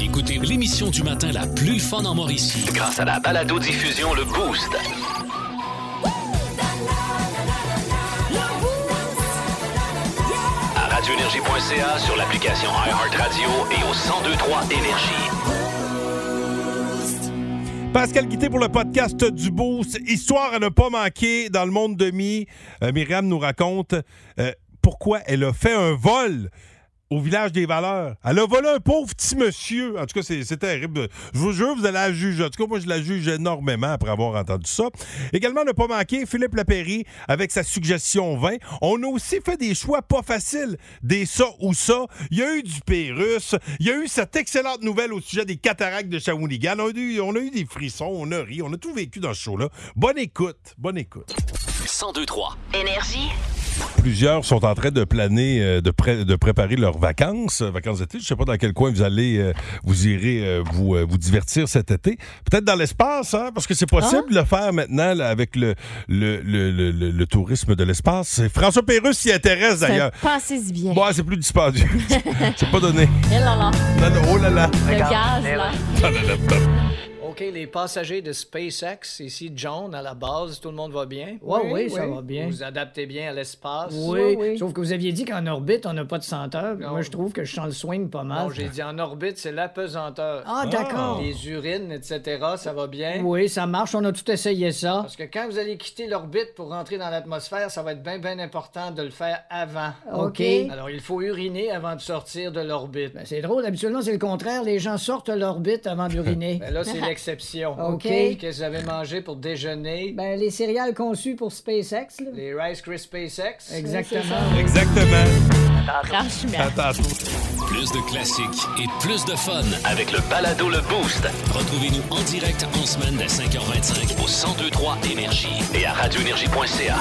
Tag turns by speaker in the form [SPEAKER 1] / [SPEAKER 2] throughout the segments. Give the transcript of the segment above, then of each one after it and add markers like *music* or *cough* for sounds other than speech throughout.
[SPEAKER 1] Écoutez l'émission du matin la plus fun en Mauricie.
[SPEAKER 2] Grâce à la balado diffusion le boost. À radioénergie.ca sur l'application iHeartRadio et au 1023 énergie.
[SPEAKER 3] Pascal Guité pour le podcast du Boost. Histoire à ne pas manquer dans le monde de mi. Euh, Myriam nous raconte euh, pourquoi elle a fait un vol au village des valeurs. Elle a volé un pauvre petit monsieur. En tout cas, c'est c'est terrible. Je vous jure, vous allez la juger. En tout cas, moi, je la juge énormément après avoir entendu ça. Également, ne pas manquer Philippe Lapéry avec sa suggestion 20. On a aussi fait des choix pas faciles, des ça ou ça. Il y a eu du Pérus. Il y a eu cette excellente nouvelle au sujet des cataractes de Shawinigan. On a eu, on a eu des frissons, on a ri, on a tout vécu dans ce show-là. Bonne écoute, bonne écoute.
[SPEAKER 2] 1023.
[SPEAKER 4] Énergie.
[SPEAKER 3] Plusieurs sont en train de planer, euh, de, pré- de préparer leurs vacances, euh, vacances d'été. Je ne sais pas dans quel coin vous allez, euh, vous irez euh, vous, euh, vous divertir cet été. Peut-être dans l'espace, hein, parce que c'est possible de le faire maintenant là, avec le, le, le- le- le- le tourisme de l'espace. C'est- François Pérusse s'y intéresse d'ailleurs.
[SPEAKER 5] Passez-y bien.
[SPEAKER 3] Bon, c'est plus dispendieux. c'est pas donné.
[SPEAKER 5] Eh là là,
[SPEAKER 3] Non, non, oh là là.
[SPEAKER 5] le gaz, là.
[SPEAKER 6] OK, les passagers de SpaceX, ici John à la base, tout le monde va bien? Oui, oui, ça va bien. Vous adaptez bien à l'espace?
[SPEAKER 7] Oui, sauf que vous aviez dit qu'en orbite, on n'a pas de senteur. Moi, je trouve que je sens le soigne pas mal.
[SPEAKER 6] Non, j'ai dit en orbite, c'est l'apesanteur.
[SPEAKER 7] Ah, d'accord.
[SPEAKER 6] Les urines, etc., ça va bien?
[SPEAKER 7] Oui, ça marche, on a tout essayé ça.
[SPEAKER 6] Parce que quand vous allez quitter l'orbite pour rentrer dans l'atmosphère, ça va être bien, bien important de le faire avant.
[SPEAKER 7] OK.
[SPEAKER 6] Alors, il faut uriner avant de sortir de l'orbite.
[SPEAKER 7] Ben, c'est drôle, habituellement, c'est le contraire. Les gens sortent de l'orbite avant d'uriner.
[SPEAKER 6] *laughs* Ben là,
[SPEAKER 7] *laughs*
[SPEAKER 6] c'est l'exception.
[SPEAKER 7] OK.
[SPEAKER 6] Qu'est-ce que vous avez mangé pour déjeuner?
[SPEAKER 7] ben, les céréales conçues pour SpaceX, là.
[SPEAKER 6] Les Rice Krispies sex?
[SPEAKER 7] Exactement.
[SPEAKER 3] Exactement.
[SPEAKER 5] Franchement.
[SPEAKER 3] Attends, attends.
[SPEAKER 1] Plus de classiques et plus de fun.
[SPEAKER 2] Avec le balado le boost
[SPEAKER 1] Retrouvez-nous en direct en semaine dès 5h25
[SPEAKER 2] au 1023 énergie et à radioénergie.ca.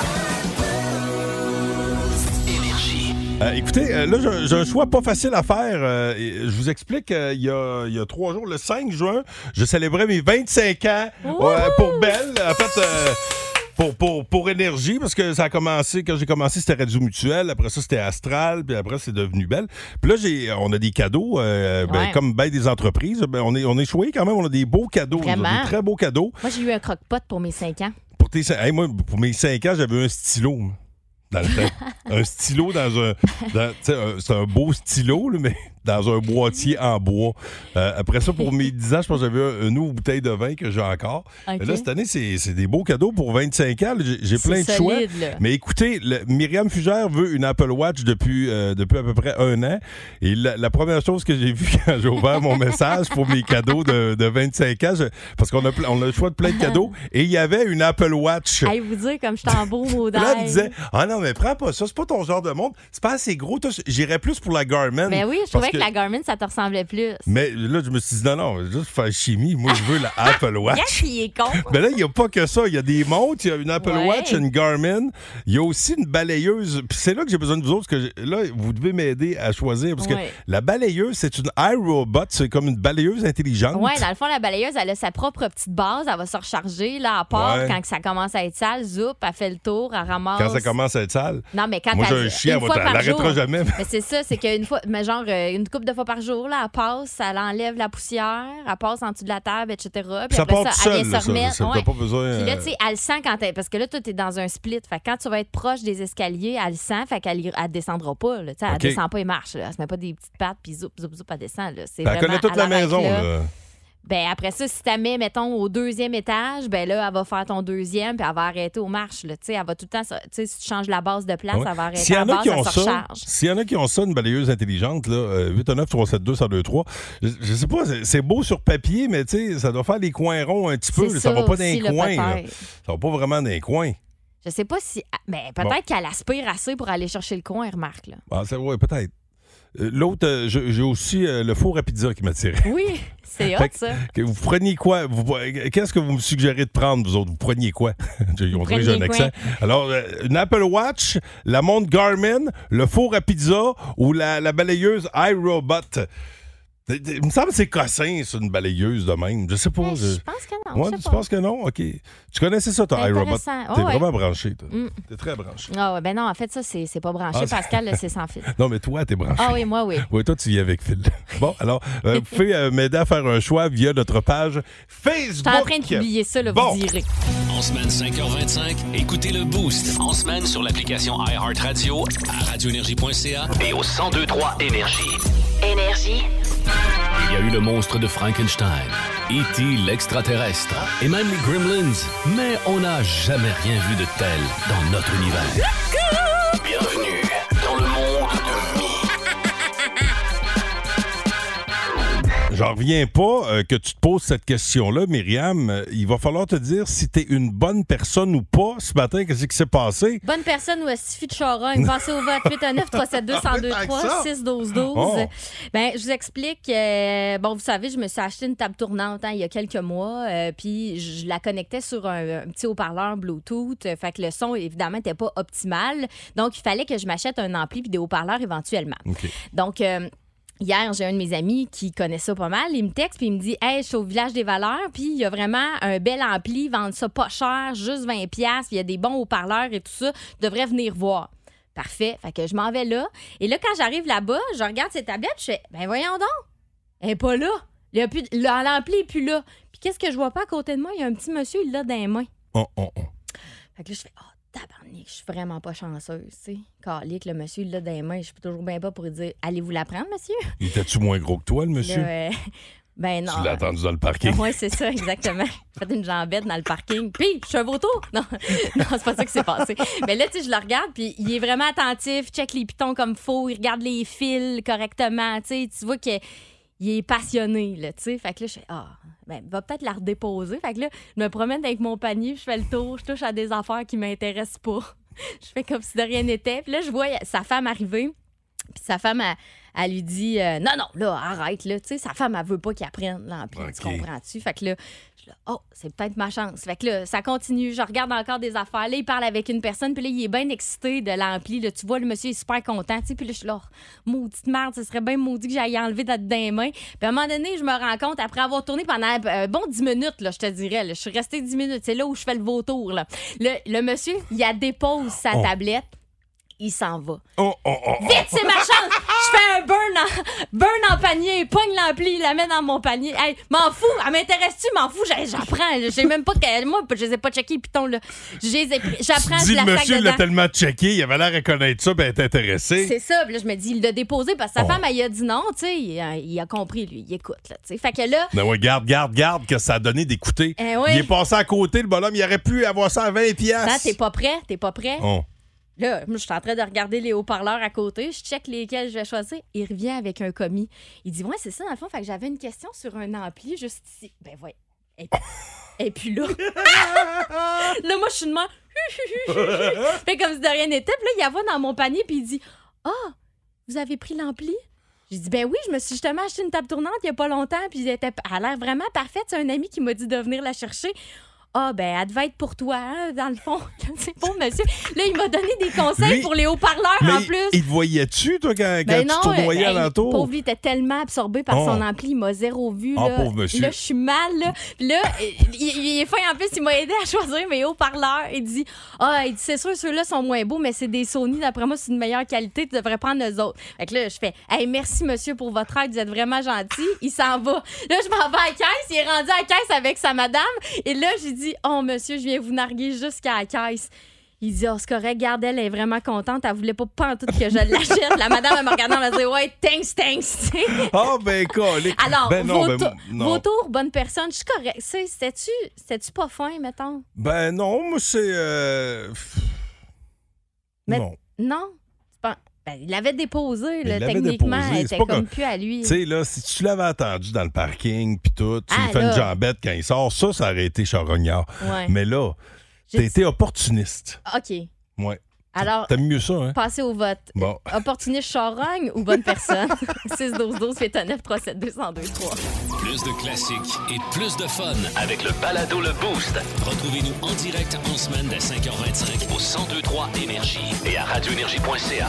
[SPEAKER 2] Énergie.
[SPEAKER 3] Euh, écoutez, euh, là, j'ai- j'ai un choix pas facile à faire. Euh, et je vous explique, euh, il y a- il y, a trois jours, le 5 juin, je célébrais mes 25 ans euh, pour Belle. En fait, euh, pour, pour, pour Énergie, parce que ça a commencé, quand j'ai commencé, c'était Radio Mutuelle, après ça, c'était Astral, puis après, c'est devenu Belle. Puis là, j'ai, on a des cadeaux, euh, ben,
[SPEAKER 5] Ouais.
[SPEAKER 3] comme ben des entreprises. Ben, on est, on est choué quand même, on a des beaux cadeaux, nous autres,
[SPEAKER 5] Vraiment.
[SPEAKER 3] des très beaux cadeaux.
[SPEAKER 5] Moi, j'ai eu un croque-pot pour mes 5 ans.
[SPEAKER 3] Pour, tes, cin- hey, moi, pour mes 5 ans, j'avais un stylo moi, dans le
[SPEAKER 5] *laughs*
[SPEAKER 3] temps. un stylo dans un. dans- tu sais, un- C'est un beau stylo, là, mais *laughs* dans un boîtier en bois. Euh, après ça, pour mes 10 ans, je pense que j'avais un- une autre bouteille de vin que j'ai encore.
[SPEAKER 5] Ok.
[SPEAKER 3] Mais là, cette année, c'est c'est des beaux cadeaux pour 25 ans. là. J'ai- J'ai
[SPEAKER 5] C'est
[SPEAKER 3] plein de choix.
[SPEAKER 5] solide, là.
[SPEAKER 3] Mais écoutez, le- Myriam Fugère veut une Apple Watch depuis, euh, depuis à peu près un an. Et la, la première chose que j'ai *laughs* vue quand j'ai ouvert mon message pour mes cadeaux de, de 25 ans, je- parce qu'on a, ple- on a le choix de plein de
[SPEAKER 5] *laughs*
[SPEAKER 3] cadeaux, et il y avait une Apple Watch.
[SPEAKER 5] Allez vous dire comme je suis en beau
[SPEAKER 3] Puis *laughs* Là, elle
[SPEAKER 5] modèle.
[SPEAKER 3] disait Ah non, mais prends pas ça, c'est pas ton genre de monde, c'est pas assez gros, toi, j'irais plus pour la Garmin.
[SPEAKER 5] Mais Ben oui,
[SPEAKER 3] Parce
[SPEAKER 5] je trouvais que... la Garmin, ça te ressemblait plus.
[SPEAKER 3] Mais là, je me suis dit Non, non, juste faire chimie, moi, je veux
[SPEAKER 5] *laughs*
[SPEAKER 3] la Apple Watch.
[SPEAKER 5] Qu'est-ce qui
[SPEAKER 3] *laughs*
[SPEAKER 5] est con?
[SPEAKER 3] Mais là, il n'y a pas que ça. Il y a des montres, il y a une Apple
[SPEAKER 5] Ouais.
[SPEAKER 3] Watch, une Garmin. Il y a aussi une balayeuse. Puis c'est là que j'ai besoin de vous autres, parce que j'ai- là, vous devez m'aider à choisir. Parce
[SPEAKER 5] Ouais.
[SPEAKER 3] que la balayeuse, c'est une iRobot. C'est comme une balayeuse intelligente.
[SPEAKER 5] Ouais, dans le fond, la balayeuse, elle a sa propre petite base. Elle va se recharger, là, à part
[SPEAKER 3] Ouais.
[SPEAKER 5] quand que ça commence à être sale. Zoup, elle fait le tour, elle ramasse.
[SPEAKER 3] Quand ça commence à être sale.
[SPEAKER 5] Non, mais quand
[SPEAKER 3] Moi, j'ai
[SPEAKER 5] elle-
[SPEAKER 3] un chien,
[SPEAKER 5] une
[SPEAKER 3] elle va-
[SPEAKER 5] fois
[SPEAKER 3] elle
[SPEAKER 5] par
[SPEAKER 3] l'arrêtera
[SPEAKER 5] jour.
[SPEAKER 3] jamais.
[SPEAKER 5] Mais c'est ça, c'est qu'une fois, mais genre euh, une coupe de fois par jour, là, elle passe, elle enlève la poussière, elle passe en dessous de la table, etc. Puis
[SPEAKER 3] ça
[SPEAKER 5] après
[SPEAKER 3] part tout
[SPEAKER 5] ça, elle
[SPEAKER 3] seul,
[SPEAKER 5] vient
[SPEAKER 3] là,
[SPEAKER 5] se
[SPEAKER 3] ça.
[SPEAKER 5] remettre.
[SPEAKER 3] Ça, t'as
[SPEAKER 5] ouais.
[SPEAKER 3] pas besoin,
[SPEAKER 5] Puis là,
[SPEAKER 3] euh,
[SPEAKER 5] tu sais, elle le sent quand elle. Parce que là, toi, t'es dans un split. Fait que quand tu vas être proche des escaliers, elle le sent, fait qu'elle elle descendra pas. Là, Tu sais, elle
[SPEAKER 3] OK.
[SPEAKER 5] descend pas et marche. Là. Elle se met pas des petites pattes, puis zoup, zoup, zoup, elle descend. Là.
[SPEAKER 3] *laughs*
[SPEAKER 5] C'est
[SPEAKER 3] Ben, Elle connaît
[SPEAKER 5] vraiment,
[SPEAKER 3] toute la
[SPEAKER 5] elle arrête
[SPEAKER 3] maison.
[SPEAKER 5] là.
[SPEAKER 3] là.
[SPEAKER 5] Ben après ça, si tu mets, mettons, au deuxième étage, ben là, elle va faire ton deuxième, puis elle va arrêter aux marches. Là. Tu sais, Elle va tout le temps, se- tu sais, si tu changes la base de place,
[SPEAKER 3] Ouais.
[SPEAKER 5] elle va arrêter
[SPEAKER 3] S'il y
[SPEAKER 5] à
[SPEAKER 3] en a
[SPEAKER 5] base,
[SPEAKER 3] qui
[SPEAKER 5] elle
[SPEAKER 3] ont ça,
[SPEAKER 5] se recharge.
[SPEAKER 3] s'il y en a qui ont ça, une balayeuse intelligente, là, euh, 819 372 1023 je, je sais pas, c'est- c'est beau sur papier, mais tu sais, ça doit faire les coins ronds un petit peu.
[SPEAKER 5] C'est
[SPEAKER 3] là, ça va pas dans
[SPEAKER 5] aussi,
[SPEAKER 3] les
[SPEAKER 5] là,
[SPEAKER 3] coins. là.
[SPEAKER 5] peut-être.
[SPEAKER 3] Ça va pas vraiment dans les coins.
[SPEAKER 5] Je sais pas si. Ben, peut-être qu'elle aspire assez pour aller chercher le coin, elle remarque. Là.
[SPEAKER 3] Ah, c'est- ouais, peut-être. Euh, L'autre, euh, je- j'ai aussi euh, le four à pizza qui *laughs* m'attirait.
[SPEAKER 5] Oui, *laughs* c'est hot,
[SPEAKER 3] Fait que-
[SPEAKER 5] ça.
[SPEAKER 3] Que Vous preniez quoi? Vous- Qu'est-ce que vous me suggérez de prendre, vous autres? Vous preniez quoi? *laughs* J'ai- On dirait que j'ai un
[SPEAKER 5] preniez
[SPEAKER 3] accent. Alors, euh, une Apple Watch, la montre Garmin, le four à pizza ou la, la balayeuse iRobot? Il me semble que c'est cossin, c'est une balayeuse de même. Je sais pas.
[SPEAKER 5] Ben,
[SPEAKER 3] je-
[SPEAKER 5] Je pense que non.
[SPEAKER 3] Ouais,
[SPEAKER 5] je sais
[SPEAKER 3] tu
[SPEAKER 5] pas.
[SPEAKER 3] penses que non? OK. Tu connaissais ça, ton
[SPEAKER 5] C'est
[SPEAKER 3] iRobot? T'es
[SPEAKER 5] intéressant. Ouais, ouais.
[SPEAKER 3] vraiment branché, toi.
[SPEAKER 5] Mm.
[SPEAKER 3] T'es très branché.
[SPEAKER 5] Ah ouais, ben non, en fait, ça, c'est c'est pas branché.
[SPEAKER 3] Ah, c'est-
[SPEAKER 5] Pascal, là, c'est
[SPEAKER 3] *laughs*
[SPEAKER 5] sans fil.
[SPEAKER 3] Non, mais toi, t'es branché.
[SPEAKER 5] Ah oui, moi, oui.
[SPEAKER 3] Oui, toi, tu y es avec Phil. *laughs* Bon, alors, euh, vous pouvez euh, m'aider à faire un choix via notre page
[SPEAKER 5] Je
[SPEAKER 3] Facebook.
[SPEAKER 5] suis en train de publier ça, là,
[SPEAKER 3] Bon.
[SPEAKER 5] vous direz.
[SPEAKER 1] En semaine 5h25, écoutez le Boost.
[SPEAKER 2] En semaine sur l'application iHeartRadio
[SPEAKER 1] à radioénergie.ca.
[SPEAKER 2] et au 1023 Énergie.
[SPEAKER 4] Énergie.
[SPEAKER 1] Il y a eu le monstre de Frankenstein, E.T. l'extraterrestre et même les Gremlins. Mais on n'a jamais rien vu de tel dans notre univers.
[SPEAKER 2] Bienvenue dans le monde de Mi.
[SPEAKER 3] J'en reviens pas euh, que tu te poses cette question-là, Myriam. Euh, il va falloir te dire si t'es une bonne personne ou pas ce matin. Qu'est-ce qui s'est passé?
[SPEAKER 5] Bonne personne ou astifi de charogne. Pensez au vote 819 372
[SPEAKER 3] Ah
[SPEAKER 5] 1023
[SPEAKER 3] oui,
[SPEAKER 5] 6 12 12
[SPEAKER 3] Oh.
[SPEAKER 5] Ben, je vous explique. euh, bon, vous savez, je me suis acheté une table tournante hein, il y a quelques mois, euh, puis je la connectais sur un, un petit haut-parleur Bluetooth. euh, fait que le son, évidemment, n'était pas optimal. Donc, il fallait que je m'achète un ampli puis des haut-parleurs éventuellement.
[SPEAKER 3] OK.
[SPEAKER 5] Donc, euh, hier, j'ai un de mes amis qui connaît ça pas mal. Il me texte puis il me dit Hey, je suis au village des valeurs, puis il y a vraiment un bel ampli, vendre ça pas cher, juste 20$, puis il y a des bons haut-parleurs et tout ça. Tu devrais venir voir. Parfait. Fait que je m'en vais là. Et là, quand j'arrive là-bas, je regarde ces tablettes, puis je fais Ben voyons donc, elle est pas là. Il y a plus de- L'ampli est plus là. Puis qu'est-ce que je vois pas à côté de moi? Il y a un petit monsieur, il l'a dans les mains.
[SPEAKER 3] On, on, on.
[SPEAKER 5] Fait que là, je fais, oh, tabarnak, je suis vraiment pas chanceuse, tu sais. Calique, le monsieur, il l'a dans les mains, je suis toujours bien pas pour lui dire, allez-vous la prendre, monsieur?
[SPEAKER 3] Il était-tu moins gros que toi, le monsieur?
[SPEAKER 5] Là, euh, *laughs* ben non.
[SPEAKER 3] Tu l'as attendu dans le
[SPEAKER 5] *laughs*
[SPEAKER 3] parking.
[SPEAKER 5] Oui, c'est ça, exactement. *laughs* J'ai fait une jambette dans le parking. Puis, je suis un vautour. *laughs* Non, non c'est pas ça qui s'est passé. Mais là, tu sais, je le regarde, puis il est vraiment attentif, check les pitons comme faut, il regarde les fils correctement. Tu sais, tu vois que. Il est passionné, là, tu sais. Fait que là, je fais, ah, ben, va peut-être la redéposer. Fait que là, je me promène avec mon panier, je fais le tour, je touche à des affaires qui m'intéressent pas. *laughs* Je fais comme si de rien n'était. Puis là, je vois sa femme arriver. Puis sa femme, elle, elle lui dit euh, Non, non, là, arrête, là. Tu sais, sa femme, elle veut pas qu'il apprenne l'ampli. Tu
[SPEAKER 3] Ok.
[SPEAKER 5] comprends-tu? Fait que là, je suis là, Oh, c'est peut-être ma chance. Fait que là, ça continue. Je regarde encore des affaires. Là, il parle avec une personne. Puis là, il est bien excité de l'ampli. Là, tu vois, le monsieur est super content. Tu sais, puis là, je suis là, Oh, maudite merde, ce serait bien maudit que j'aille enlever de dedans les mains. Puis à un moment donné, je me rends compte, après avoir tourné pendant un bon 10 minutes, là, je te dirais, là, je suis restée 10 minutes. C'est là où je fais le vautour, là. Le, le monsieur, il a dépose sa
[SPEAKER 3] Oh.
[SPEAKER 5] tablette. Il s'en va.
[SPEAKER 3] On, on, on, on.
[SPEAKER 5] Vite, c'est ma chance! Je fais un burn en, burn en panier, pogne l'ampli, la mets dans mon panier. Hey, m'en fous, elle m'intéresse-tu? M'en fous, J'ai- j'apprends. Je sais même pas que. Moi, je les ai pas checkés, piton, là. Je les ai pris- J'apprends,
[SPEAKER 3] Tu
[SPEAKER 5] je
[SPEAKER 3] dis,
[SPEAKER 5] la
[SPEAKER 3] le
[SPEAKER 5] sac
[SPEAKER 3] monsieur l'a
[SPEAKER 5] dedans.
[SPEAKER 3] tellement checké, il avait l'air à connaître ça, ben, être intéressé.
[SPEAKER 5] C'est ça. Puis là, je me dis, il l'a déposé parce que sa
[SPEAKER 3] Oh.
[SPEAKER 5] femme, elle il a dit non, tu sais. Il, a- il a compris, lui. Il écoute, là, tu sais. Fait que là,
[SPEAKER 3] Ben ouais, garde, garde, garde que ça a donné d'écouter.
[SPEAKER 5] Eh oui.
[SPEAKER 3] Il est passé à côté, le bonhomme, il aurait pu avoir ça à 20
[SPEAKER 5] non,
[SPEAKER 3] piastres. Oh.
[SPEAKER 5] t'es pas prêt, t'es pas prêt.
[SPEAKER 3] On.
[SPEAKER 5] Là, moi, je suis en train de regarder les haut-parleurs à côté. Je check lesquels je vais choisir. Il revient avec un commis. Il dit Ouais, c'est ça, dans le fond. Fait que j'avais une question sur un ampli juste ici. Ben, ouais. Et, et
[SPEAKER 3] *laughs*
[SPEAKER 5] puis là. là, moi, je suis de même.
[SPEAKER 3] *laughs*
[SPEAKER 5] fait comme si de rien n'était. Puis là, il la voit dans mon panier. Puis il dit Ah, vous avez pris l'ampli j'ai dit, ben oui, je me suis justement acheté une table tournante il n'y a pas longtemps, puis elle, était, elle a l'air vraiment parfaite. C'est un ami qui m'a dit de venir la chercher. Ah, ben, elle devait être pour toi, hein, dans le fond. *laughs* C'est pour monsieur. Là, il m'a donné des conseils
[SPEAKER 3] Lui-
[SPEAKER 5] pour les haut-parleurs
[SPEAKER 3] Mais
[SPEAKER 5] Ah, en
[SPEAKER 3] il-
[SPEAKER 5] plus.
[SPEAKER 3] il te voyait-tu, toi, quand, quand
[SPEAKER 5] Ben
[SPEAKER 3] tu tournoyais
[SPEAKER 5] euh, ben,
[SPEAKER 3] alentour?
[SPEAKER 5] pauvre, lui, il était tellement absorbé par
[SPEAKER 3] Oh.
[SPEAKER 5] son ampli, il m'a zéro vu.
[SPEAKER 3] Oh,
[SPEAKER 5] là.
[SPEAKER 3] pauvre monsieur.
[SPEAKER 5] Là, je suis mal. Là, Puis là il, il- il est fin en plus, il m'a aidé à choisir mes haut-parleurs. Il dit Ah, il dit, c'est sûr, ceux-là sont moins beaux, mais c'est des Sony, d'après moi, c'est une meilleure qualité, tu devrais prendre les autres. Fait que là, je fais Hey, merci monsieur pour votre aide, vous êtes vraiment gentil. Il s'en va. Là, je m'en vais à la caisse, il est rendu à la caisse avec sa madame. Et là, j'ai dit Oh, monsieur, je viens vous narguer jusqu'à la caisse. Il dit, oh, c'est correct, garde, elle est vraiment contente. Elle voulait pas pantoute que je l'achète. La madame, elle me regardait, elle m'a dit, ouais, thanks, thanks. tu sais.
[SPEAKER 3] Ah, ben, colique.
[SPEAKER 5] Alors,
[SPEAKER 3] ben, non,
[SPEAKER 5] vauto-
[SPEAKER 3] ben, non.
[SPEAKER 5] vautour, bonne personne, je suis correct. Tu sais, C'était-tu c'était-tu pas fin, mettons?
[SPEAKER 3] Ben, non, moi, c'est. euh, pff,
[SPEAKER 5] Mais-
[SPEAKER 3] Non.
[SPEAKER 5] Non? Tu penses- Ben, il l'avait déposé, là,
[SPEAKER 3] Il l'avait
[SPEAKER 5] techniquement.
[SPEAKER 3] déposé,
[SPEAKER 5] Elle
[SPEAKER 3] c'est
[SPEAKER 5] était
[SPEAKER 3] pas comme-
[SPEAKER 5] comme plus à lui.
[SPEAKER 3] Tu sais, là, si tu l'avais attendu dans le parking, puis tout, tu lui
[SPEAKER 5] Ah,
[SPEAKER 3] fais une
[SPEAKER 5] là.
[SPEAKER 3] jambette quand il sort, ça, ça aurait été charognard.
[SPEAKER 5] Ouais.
[SPEAKER 3] Mais là,
[SPEAKER 5] J'ai
[SPEAKER 3] t'as été opportuniste.
[SPEAKER 5] OK.
[SPEAKER 3] Ouais.
[SPEAKER 5] Alors,
[SPEAKER 3] T'aimes mieux ça, hein?
[SPEAKER 5] passer au vote.
[SPEAKER 3] Bon.
[SPEAKER 5] Opportuniste charogne ou bonne
[SPEAKER 3] *laughs*
[SPEAKER 5] personne? 6 12 12 8 3 7 3
[SPEAKER 1] Plus de classiques et plus de fun.
[SPEAKER 2] Avec le balado Le Boost
[SPEAKER 1] Retrouvez-nous en direct en semaine dès 5h25
[SPEAKER 2] au 1023 Énergie et à radioénergie.ca.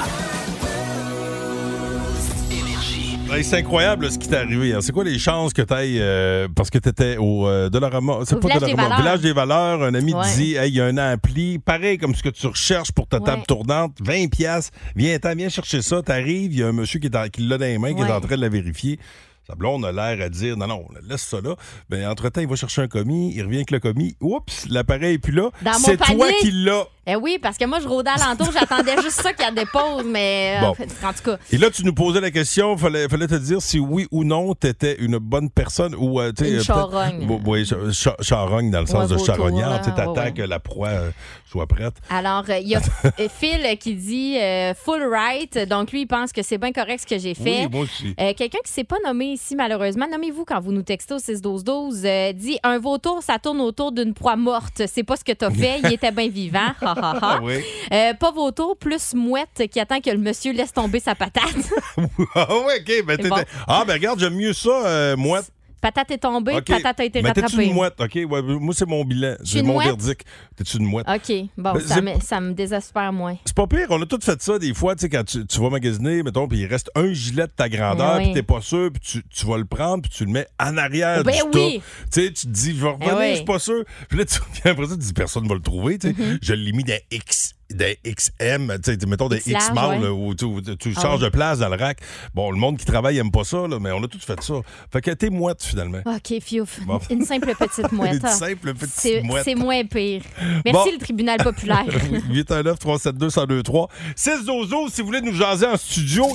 [SPEAKER 2] Énergie.
[SPEAKER 3] Hey, c'est incroyable là, ce qui t'est arrivé? hein? C'est quoi les chances que t'ailles euh, parce que t'étais au euh, Dollarama, c'est
[SPEAKER 5] Au
[SPEAKER 3] pas
[SPEAKER 5] Village des
[SPEAKER 3] Dollarama,
[SPEAKER 5] Valeurs.
[SPEAKER 3] Village des Valeurs, un ami
[SPEAKER 5] Ouais.
[SPEAKER 3] te dit, hey, il y a un ampli, pareil comme ce que tu recherches pour ta table
[SPEAKER 5] Ouais.
[SPEAKER 3] tournante, 20 pièces, viens t'en, viens chercher ça, t'arrives, il y a un monsieur qui est en- qui l'a dans les mains, qui est
[SPEAKER 5] Ouais.
[SPEAKER 3] en train de la vérifier. Ça, là, on a l'air à dire, non, non, laisse ça là. Mais entre-temps, il va chercher un commis, il revient avec le commis. Oups, l'appareil est plus là.
[SPEAKER 5] Dans mon
[SPEAKER 3] C'est toi
[SPEAKER 5] panier.
[SPEAKER 3] qui l'as.
[SPEAKER 5] Eh oui, parce que moi, je rôdais alentour, j'attendais juste ça qu'elle dépose, mais euh,
[SPEAKER 3] Bon.
[SPEAKER 5] en fait, en tout cas,
[SPEAKER 3] Et là, tu nous posais la question, fallait, fallait te dire si oui ou non, tu étais une bonne personne ou. euh, tu sais,
[SPEAKER 5] Une
[SPEAKER 3] euh, peut-être-
[SPEAKER 5] charogne.
[SPEAKER 3] Oui, oui, cha- cha- charogne dans le sens de
[SPEAKER 5] vautour,
[SPEAKER 3] charognard.
[SPEAKER 5] là,
[SPEAKER 3] Tu sais, t'attends
[SPEAKER 5] ouais, ouais.
[SPEAKER 3] que la proie euh, soit prête.
[SPEAKER 5] Alors, euh,
[SPEAKER 3] *laughs*
[SPEAKER 5] il y a euh, Phil qui dit euh, full right. Donc, lui, il pense que c'est bien correct ce que j'ai fait.
[SPEAKER 3] Oui, moi aussi.
[SPEAKER 5] Euh, Quelqu'un qui ne s'est pas nommé ici, malheureusement, nommez-vous quand vous nous textez au 6-12-12, euh, dit Un vautour, ça tourne autour d'une proie morte. C'est pas ce que t'as fait. Il était bien vivant. Ha, ha, ha.
[SPEAKER 3] Ah oui. *laughs*
[SPEAKER 5] Euh, pas vautour, plus mouette qui attend que le monsieur laisse tomber sa patate. *laughs*
[SPEAKER 3] ah oui, OK. Ben,
[SPEAKER 5] C'est
[SPEAKER 3] t'étais-
[SPEAKER 5] bon.
[SPEAKER 3] Ah, ben regarde, j'aime mieux ça, euh, mouette.
[SPEAKER 5] patate est tombée,
[SPEAKER 3] OK.
[SPEAKER 5] patate a été
[SPEAKER 3] Ben, t'es-tu
[SPEAKER 5] rattrapée.
[SPEAKER 3] une mouette? OK, ouais, moi, c'est mon bilan. C'est
[SPEAKER 5] une
[SPEAKER 3] mon
[SPEAKER 5] mouette?
[SPEAKER 3] verdict. T'es-tu une mouette?
[SPEAKER 5] OK, bon,
[SPEAKER 3] Ben, c'est-
[SPEAKER 5] ça, me, ça me désespère moins.
[SPEAKER 3] C'est pas pire, on a tous fait ça des fois, tu sais, quand tu, tu vas magasiner, mettons, puis il reste un gilet de ta grandeur,
[SPEAKER 5] Eh oui.
[SPEAKER 3] puis t'es pas sûr, puis tu, tu vas le prendre, puis tu le mets en arrière
[SPEAKER 5] Ben
[SPEAKER 3] du
[SPEAKER 5] oui.
[SPEAKER 3] top. Tu sais, tu te dis, je vais revenir,
[SPEAKER 5] Eh oui.
[SPEAKER 3] je suis pas sûr. Puis là, tu reviens après ça, tu dis, personne va le trouver, tu sais.
[SPEAKER 5] Mm-hmm.
[SPEAKER 3] Je l'ai mis dans X des XM, tu sais, mettons des
[SPEAKER 5] X large,
[SPEAKER 3] X mâles,
[SPEAKER 5] ouais.
[SPEAKER 3] là, où tu, où tu- tu
[SPEAKER 5] Ah
[SPEAKER 3] changes
[SPEAKER 5] oui.
[SPEAKER 3] de place dans le rack. Bon, le monde qui travaille aime pas ça, là, mais on a tous fait ça. Fait que t'es mouette,
[SPEAKER 5] *laughs*
[SPEAKER 3] finalement.
[SPEAKER 5] OK, fiouf.
[SPEAKER 3] Bon.
[SPEAKER 5] Une simple petite mouette.
[SPEAKER 3] *laughs* Une simple petite
[SPEAKER 5] C'est-
[SPEAKER 3] mouette.
[SPEAKER 5] C'est moins pire. Merci,
[SPEAKER 3] Bon.
[SPEAKER 5] le tribunal
[SPEAKER 3] *laughs*
[SPEAKER 5] populaire.
[SPEAKER 3] 819 372 1023 6 12 si vous voulez nous jaser en studio.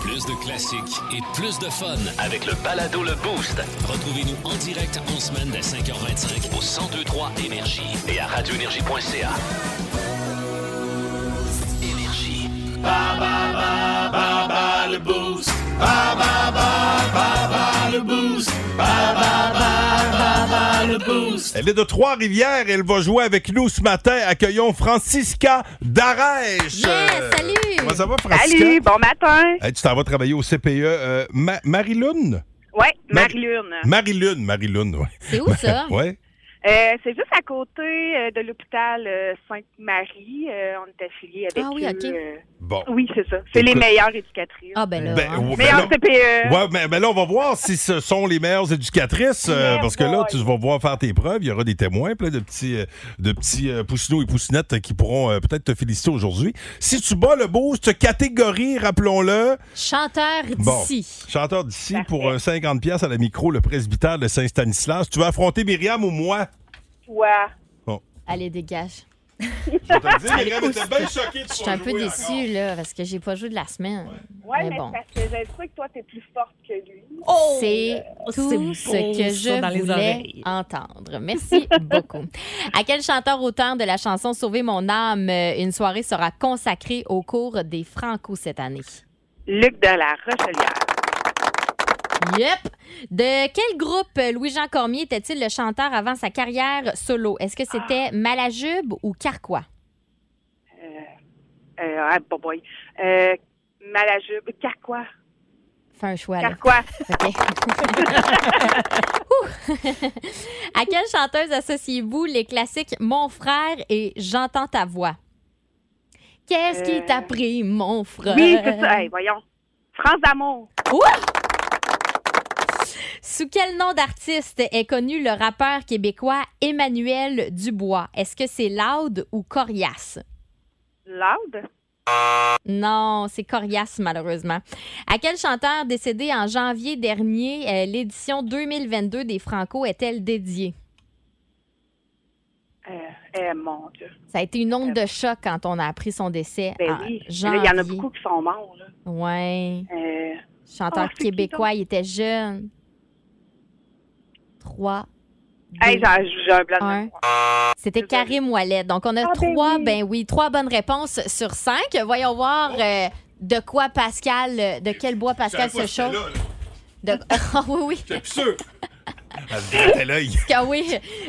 [SPEAKER 1] Plus de classiques et plus de fun.
[SPEAKER 2] Avec le balado Le Boost
[SPEAKER 1] Retrouvez-nous en direct en semaine dès 5h25
[SPEAKER 2] au 1023 Énergie et à radioénergie.ca. Énergie.
[SPEAKER 3] Elle est de Trois-Rivières. Elle va jouer avec nous ce matin. Accueillons Francisca Darèche.
[SPEAKER 5] Yes,
[SPEAKER 3] Euh,
[SPEAKER 5] salut!
[SPEAKER 3] Comment ça va, Francisca?
[SPEAKER 4] Salut, bon matin.
[SPEAKER 3] Hey, tu t'en vas travailler au CPE. Euh, Ma- Marie-Lune?
[SPEAKER 4] Ouais,
[SPEAKER 3] Marie-
[SPEAKER 4] Marie-Lune.
[SPEAKER 3] Marie-Lune, Marie-Lune, oui.
[SPEAKER 5] C'est où ça?
[SPEAKER 3] *laughs* Ouais.
[SPEAKER 4] Euh, c'est juste à côté euh, de l'hôpital euh, Sainte-Marie. Euh, on est affilié avec
[SPEAKER 5] Ah oui,
[SPEAKER 4] eux,
[SPEAKER 5] ok.
[SPEAKER 4] euh,
[SPEAKER 3] Bon.
[SPEAKER 4] oui, c'est ça. C'est les
[SPEAKER 3] Écoute.
[SPEAKER 4] meilleures éducatrices.
[SPEAKER 5] Ah, ben là.
[SPEAKER 3] Ben,
[SPEAKER 5] hein.
[SPEAKER 3] ouais, ben là-
[SPEAKER 4] Meilleures CPE.
[SPEAKER 3] Ouais, mais, mais là, on va voir si ce sont les meilleures éducatrices, euh,
[SPEAKER 4] Yeah,
[SPEAKER 3] parce que là,
[SPEAKER 4] boy.
[SPEAKER 3] tu vas voir faire tes preuves. Il y aura des témoins, plein de petits, euh, de petits euh, poussinots et poussinettes qui pourront euh, peut-être te féliciter aujourd'hui. Si tu bats le boost, catégorie, rappelons-le,
[SPEAKER 5] Chanteur
[SPEAKER 3] Bon.
[SPEAKER 5] d'ici.
[SPEAKER 3] chanteur d'ici
[SPEAKER 4] Parfait.
[SPEAKER 3] pour un 50$ piastres à la micro, le presbytère de Saint-Stanislas. Tu vas affronter Myriam ou moi?
[SPEAKER 4] Toi.
[SPEAKER 5] Allez, dégage.
[SPEAKER 3] Je vais te le dire, Myriam était bien choquée de
[SPEAKER 5] Je suis un peu déçue, là, parce que j'ai pas joué de la semaine.
[SPEAKER 4] Ouais,
[SPEAKER 5] Mais
[SPEAKER 4] mais,
[SPEAKER 5] Eh bon.
[SPEAKER 4] parce que j'ai le truc que toi, t'es plus forte que lui.
[SPEAKER 5] C'est tout
[SPEAKER 8] Oh, c'est beau,
[SPEAKER 5] ce que je
[SPEAKER 8] ça, dans les
[SPEAKER 5] voulais
[SPEAKER 8] oreilles.
[SPEAKER 5] entendre. Merci *laughs* beaucoup. À quel chanteur-auteur de la chanson Sauver mon âme, euh, une soirée sera consacrée au cours des Franco cette année?
[SPEAKER 4] Luc de la Rochelière.
[SPEAKER 5] Yep! De quel groupe euh, Louis-Jean Cormier était-il le chanteur avant sa carrière solo? Est-ce que c'était Malajube ou Carquois?
[SPEAKER 4] Euh, ah, bon boy. Euh, Malajube. Carquois.
[SPEAKER 5] Fais un choix, là. *laughs*
[SPEAKER 4] Carquois.
[SPEAKER 5] OK. Ouh. à quelle chanteuse associez-vous les classiques Mon frère et J'entends ta voix? Qu'est-ce qui
[SPEAKER 4] Euh,
[SPEAKER 5] t'a pris, mon frère?
[SPEAKER 4] Oui, c'est ça. Hey, voyons. France d'amour.
[SPEAKER 5] Sous quel nom d'artiste est connu le rappeur québécois Emmanuel Dubois? Est-ce que c'est Loud ou Coriace?
[SPEAKER 4] Loud.
[SPEAKER 5] Non, c'est coriace, malheureusement. À quel chanteur décédé en janvier dernier, euh, l'édition 2022 des Franco est-elle dédiée?
[SPEAKER 4] Euh, eh, mon Dieu.
[SPEAKER 5] Ça a été une onde de choc quand on a appris son décès.
[SPEAKER 4] Euh. Ben
[SPEAKER 5] en
[SPEAKER 4] oui. Là,
[SPEAKER 5] Ah, janvier.
[SPEAKER 4] Il y en a beaucoup qui sont morts, là.
[SPEAKER 5] Ouais.
[SPEAKER 4] Euh,
[SPEAKER 5] Chanteur
[SPEAKER 4] Ah, c'est qui
[SPEAKER 5] québécois, il était jeune. Trois.
[SPEAKER 4] hey,
[SPEAKER 5] deux,
[SPEAKER 4] j'en- j'ai un blanc de
[SPEAKER 5] un.
[SPEAKER 4] mémoire.
[SPEAKER 5] C'était
[SPEAKER 4] Désolée.
[SPEAKER 5] Karim Ouellet. Donc, on a
[SPEAKER 4] Ah, ben
[SPEAKER 5] trois, ben oui.
[SPEAKER 4] oui.
[SPEAKER 5] trois bonnes réponses sur cinq. Voyons voir euh, de quoi Pascal, euh, de quel bois Pascal se chauffe. De- *laughs* Ah oui, oui.
[SPEAKER 3] T'es sûr? Elle se grattait l'œil.
[SPEAKER 5] Ah oui.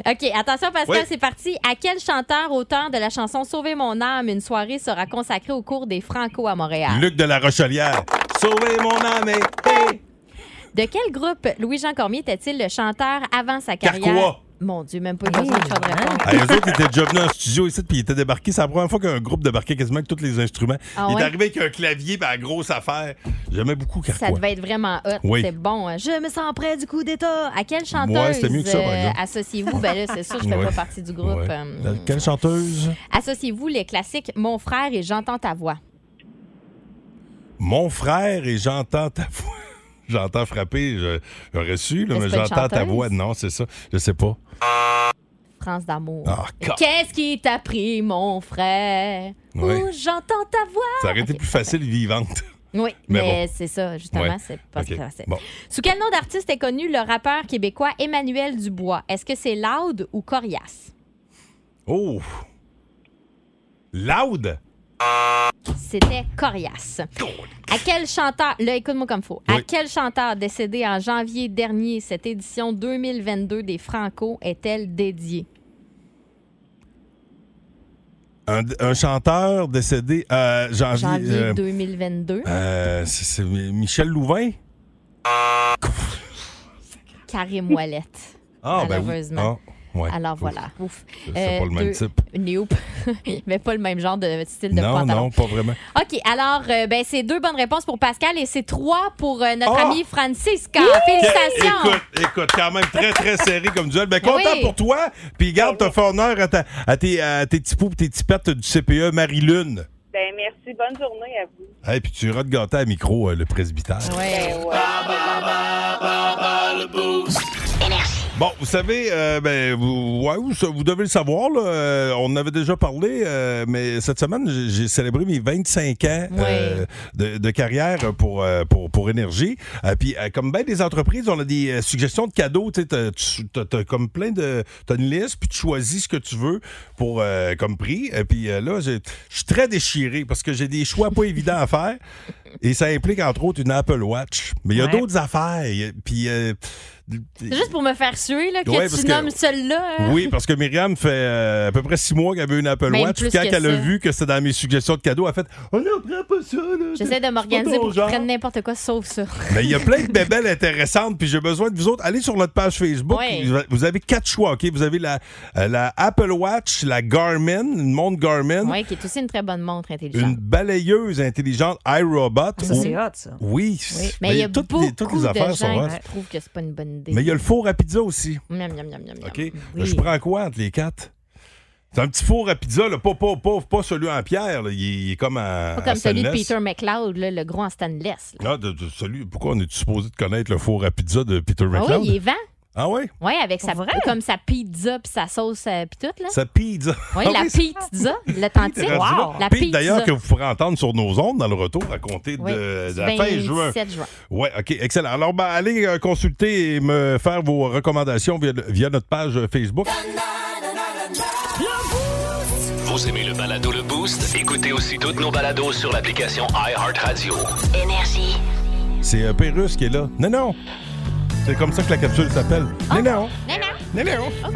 [SPEAKER 5] OK, attention Pascal,
[SPEAKER 3] Oui.
[SPEAKER 5] c'est parti. À quel chanteur, auteur de la chanson Sauver mon âme, une soirée sera consacrée au cours des Franco à Montréal?
[SPEAKER 3] Luc de la Rochelière. Sauvez mon âme. et- hey!
[SPEAKER 5] De quel groupe Louis-Jean Cormier était-il le chanteur avant sa carrière?
[SPEAKER 3] Carquois.
[SPEAKER 5] Mon Dieu, même pas besoin de choix de réponse.
[SPEAKER 3] Ah, eux autres, ils étaient déjà venus en studio ici, puis ils étaient débarqués. C'est la première fois qu'un groupe débarquait quasiment avec tous les instruments.
[SPEAKER 5] Ah
[SPEAKER 3] il
[SPEAKER 5] ouais?
[SPEAKER 3] est arrivé avec un clavier, puis la grosse affaire. J'aimais beaucoup Carquois.
[SPEAKER 5] Ça devait être vraiment hot.
[SPEAKER 3] Oui.
[SPEAKER 5] C'est bon. hein. Je me sens près du coup d'État. À quelle chanteuse
[SPEAKER 3] Ouais, c'était mieux que ça, par
[SPEAKER 5] euh,
[SPEAKER 3] exemple.
[SPEAKER 5] associez-vous? Ben là, c'est sûr, je fais
[SPEAKER 3] Ouais.
[SPEAKER 5] pas partie du groupe.
[SPEAKER 3] Ouais.
[SPEAKER 5] Euh,
[SPEAKER 3] Euh, Quelle chanteuse?
[SPEAKER 5] Associez-vous les classiques Mon frère et J'entends ta voix.
[SPEAKER 3] Mon frère et j'entends ta voix. *laughs* J'entends frapper, je- j'aurais su, là,
[SPEAKER 5] Mais
[SPEAKER 3] mais
[SPEAKER 5] c'est pas une
[SPEAKER 3] j'entends ta
[SPEAKER 5] chanteuse?
[SPEAKER 3] voix. Non, c'est ça. Je sais pas.
[SPEAKER 5] France d'amour.
[SPEAKER 3] Ah, ca-
[SPEAKER 5] Qu'est-ce qui t'a pris, mon frère?
[SPEAKER 3] Ouais.
[SPEAKER 5] Oh, j'entends ta voix.
[SPEAKER 3] ça aurait été plus facile vivante. *laughs*
[SPEAKER 5] Oui,
[SPEAKER 3] Mais
[SPEAKER 5] mais, c'est ça, justement,
[SPEAKER 3] Ouais.
[SPEAKER 5] c'est pas
[SPEAKER 3] Ok.
[SPEAKER 5] très facile.
[SPEAKER 3] Bon.
[SPEAKER 5] Sous quel nom d'artiste est connu le rappeur québécois Emmanuel Dubois? Est-ce que c'est Loud ou Coriace?
[SPEAKER 3] Oh! Loud!
[SPEAKER 5] C'était Coriace. À quel chanteur, là, écoute-moi comme faut. À
[SPEAKER 3] Oui.
[SPEAKER 5] quel chanteur décédé en janvier dernier, cette édition 2022 des Franco est-elle dédiée?
[SPEAKER 3] Un, un chanteur décédé euh, janvier.
[SPEAKER 5] Janvier
[SPEAKER 3] euh,
[SPEAKER 5] 2022.
[SPEAKER 3] euh, c'est- c'est Michel Louvain?
[SPEAKER 5] Karim Ouellet.
[SPEAKER 3] Ah,
[SPEAKER 5] Malheureusement.
[SPEAKER 3] Ben oui. Ah, ouais.
[SPEAKER 5] Alors voilà. Ouf.
[SPEAKER 3] C'est c'est
[SPEAKER 5] Euh,
[SPEAKER 3] pas le même
[SPEAKER 5] deux-
[SPEAKER 3] type.
[SPEAKER 5] Nope. *laughs* Il avait pas le même genre de style de
[SPEAKER 3] Non,
[SPEAKER 5] pantalon.
[SPEAKER 3] non, pas vraiment.
[SPEAKER 5] OK, alors, euh, ben, c'est deux bonnes réponses pour Pascal et c'est trois pour euh, notre
[SPEAKER 3] Ah!
[SPEAKER 5] ami Francisca. Félicitations!
[SPEAKER 3] Écoute, écoute, quand même très, très serré comme duel. Ben, content
[SPEAKER 5] oui. Ben
[SPEAKER 3] pour toi. Puis garde, t'as fait honneur à, ta- à tes, à tes petits poux et tes petits pattes du CPE Marie-Lune.
[SPEAKER 4] Ben, merci. Bonne journée à vous.
[SPEAKER 3] Et puis tu iras te gâter à micro, euh, le presbytère.
[SPEAKER 5] Ouais.
[SPEAKER 4] Ben, ouais.
[SPEAKER 3] Bon, vous savez, euh, ben, vous, ouais, vous, vous devez le savoir, là, euh, on en avait déjà parlé, euh, mais cette semaine, j'ai- j'ai célébré mes 25 ans euh, de, de carrière pour, euh, pour, pour Énergie. Euh, Puis, euh, comme bien des entreprises, on a des euh, suggestions de cadeaux. Tu sais, t'as- tu- t'as- t'as comme plein de. T'as une liste, puis tu choisis ce que tu veux pour, euh, comme prix. Et puis euh, là, j'ai- je suis très déchiré parce que j'ai des choix pas évidents à faire. Et ça implique, entre autres, une Apple Watch. Mais il y a
[SPEAKER 7] Ouais.
[SPEAKER 3] d'autres affaires. il y a- Puis. euh,
[SPEAKER 5] C'est juste pour me faire suer là, que
[SPEAKER 3] Ouais, parce
[SPEAKER 5] tu
[SPEAKER 3] que-
[SPEAKER 5] nommes celle-là. hein.
[SPEAKER 3] oui, parce que Myriam fait euh, à peu près six mois qu'elle avait une Apple
[SPEAKER 5] Même
[SPEAKER 3] Watch. Puis
[SPEAKER 5] plus
[SPEAKER 3] quand
[SPEAKER 5] que
[SPEAKER 3] elle a
[SPEAKER 5] ça.
[SPEAKER 3] vu que c'était dans mes suggestions de cadeaux, elle a fait On n'en prend pas ça, là.
[SPEAKER 5] J'essaie de m'organiser pour qu'ils prennent n'importe quoi
[SPEAKER 3] *laughs*
[SPEAKER 5] sauf ça.
[SPEAKER 3] Mais
[SPEAKER 5] *laughs*
[SPEAKER 3] il y a plein de bébelles intéressantes, puis j'ai besoin de vous autres. Allez sur notre page Facebook.
[SPEAKER 5] Ouais.
[SPEAKER 3] Vous a- Vous avez quatre choix, OK? Vous avez la, euh, la Apple Watch, la Garmin, une montre Garmin,
[SPEAKER 5] Oui, qui est aussi une très bonne montre intelligente.
[SPEAKER 3] une balayeuse intelligente iRobot.
[SPEAKER 8] Ça,
[SPEAKER 3] ou-
[SPEAKER 8] c'est hot, ça.
[SPEAKER 3] Oui,
[SPEAKER 5] Oui.
[SPEAKER 3] c'est-
[SPEAKER 5] Mais il y a
[SPEAKER 3] toutes
[SPEAKER 5] beaucoup
[SPEAKER 3] les- toutes les
[SPEAKER 5] de
[SPEAKER 3] affaires sont
[SPEAKER 5] gens
[SPEAKER 3] hot.
[SPEAKER 5] qui trouvent que c'est pas une bonne idée.
[SPEAKER 3] Mais il y a le four à pizza aussi.
[SPEAKER 5] Miam, miam, miam, miam, miam.
[SPEAKER 3] OK? Ben, Je prends quoi entre les quatre? C'est un petit four à pizza, là, pas, pas, pas, pas celui en pierre. là. Il, est- il est comme en.
[SPEAKER 5] Pas
[SPEAKER 3] en
[SPEAKER 5] comme celui de
[SPEAKER 3] stainless.
[SPEAKER 5] Peter McLeod, là, le gros en stainless. là.
[SPEAKER 3] Ah, de, de celui, pourquoi on est supposé de connaître le four à pizza de Peter
[SPEAKER 5] Ah
[SPEAKER 3] McLeod?
[SPEAKER 5] oui, il est vent.
[SPEAKER 3] Ah ouais?
[SPEAKER 5] Oui, avec sa,
[SPEAKER 8] Pour vrai?
[SPEAKER 5] comme sa pizza puis sa sauce euh, puis tout. Là.
[SPEAKER 3] Sa pizza.
[SPEAKER 5] Ouais,
[SPEAKER 3] Ah
[SPEAKER 5] la
[SPEAKER 3] oui,
[SPEAKER 5] pizza, l'authentique.
[SPEAKER 3] c'est rendu là.
[SPEAKER 5] La
[SPEAKER 3] Pete,
[SPEAKER 5] pizza.
[SPEAKER 3] d'ailleurs, que vous pourrez entendre sur nos ondes dans le retour à compter de,
[SPEAKER 5] Oui,
[SPEAKER 3] de
[SPEAKER 5] du
[SPEAKER 3] la fin juin.
[SPEAKER 5] 27 juin.
[SPEAKER 3] Ouais, OK, excellent. Alors, ben, allez euh, consulter et me faire vos recommandations via, le- via notre page euh, Facebook.
[SPEAKER 2] Vous aimez le balado Le Boost? Écoutez aussi toutes nos balados sur l'application iHeartRadio.
[SPEAKER 9] Énergie.
[SPEAKER 3] C'est euh, Pérus qui est là. Non, non! C'est comme ça que la capsule s'appelle.
[SPEAKER 5] Ah.
[SPEAKER 3] Non, non!
[SPEAKER 5] Non,
[SPEAKER 3] Non,
[SPEAKER 5] non.
[SPEAKER 3] non!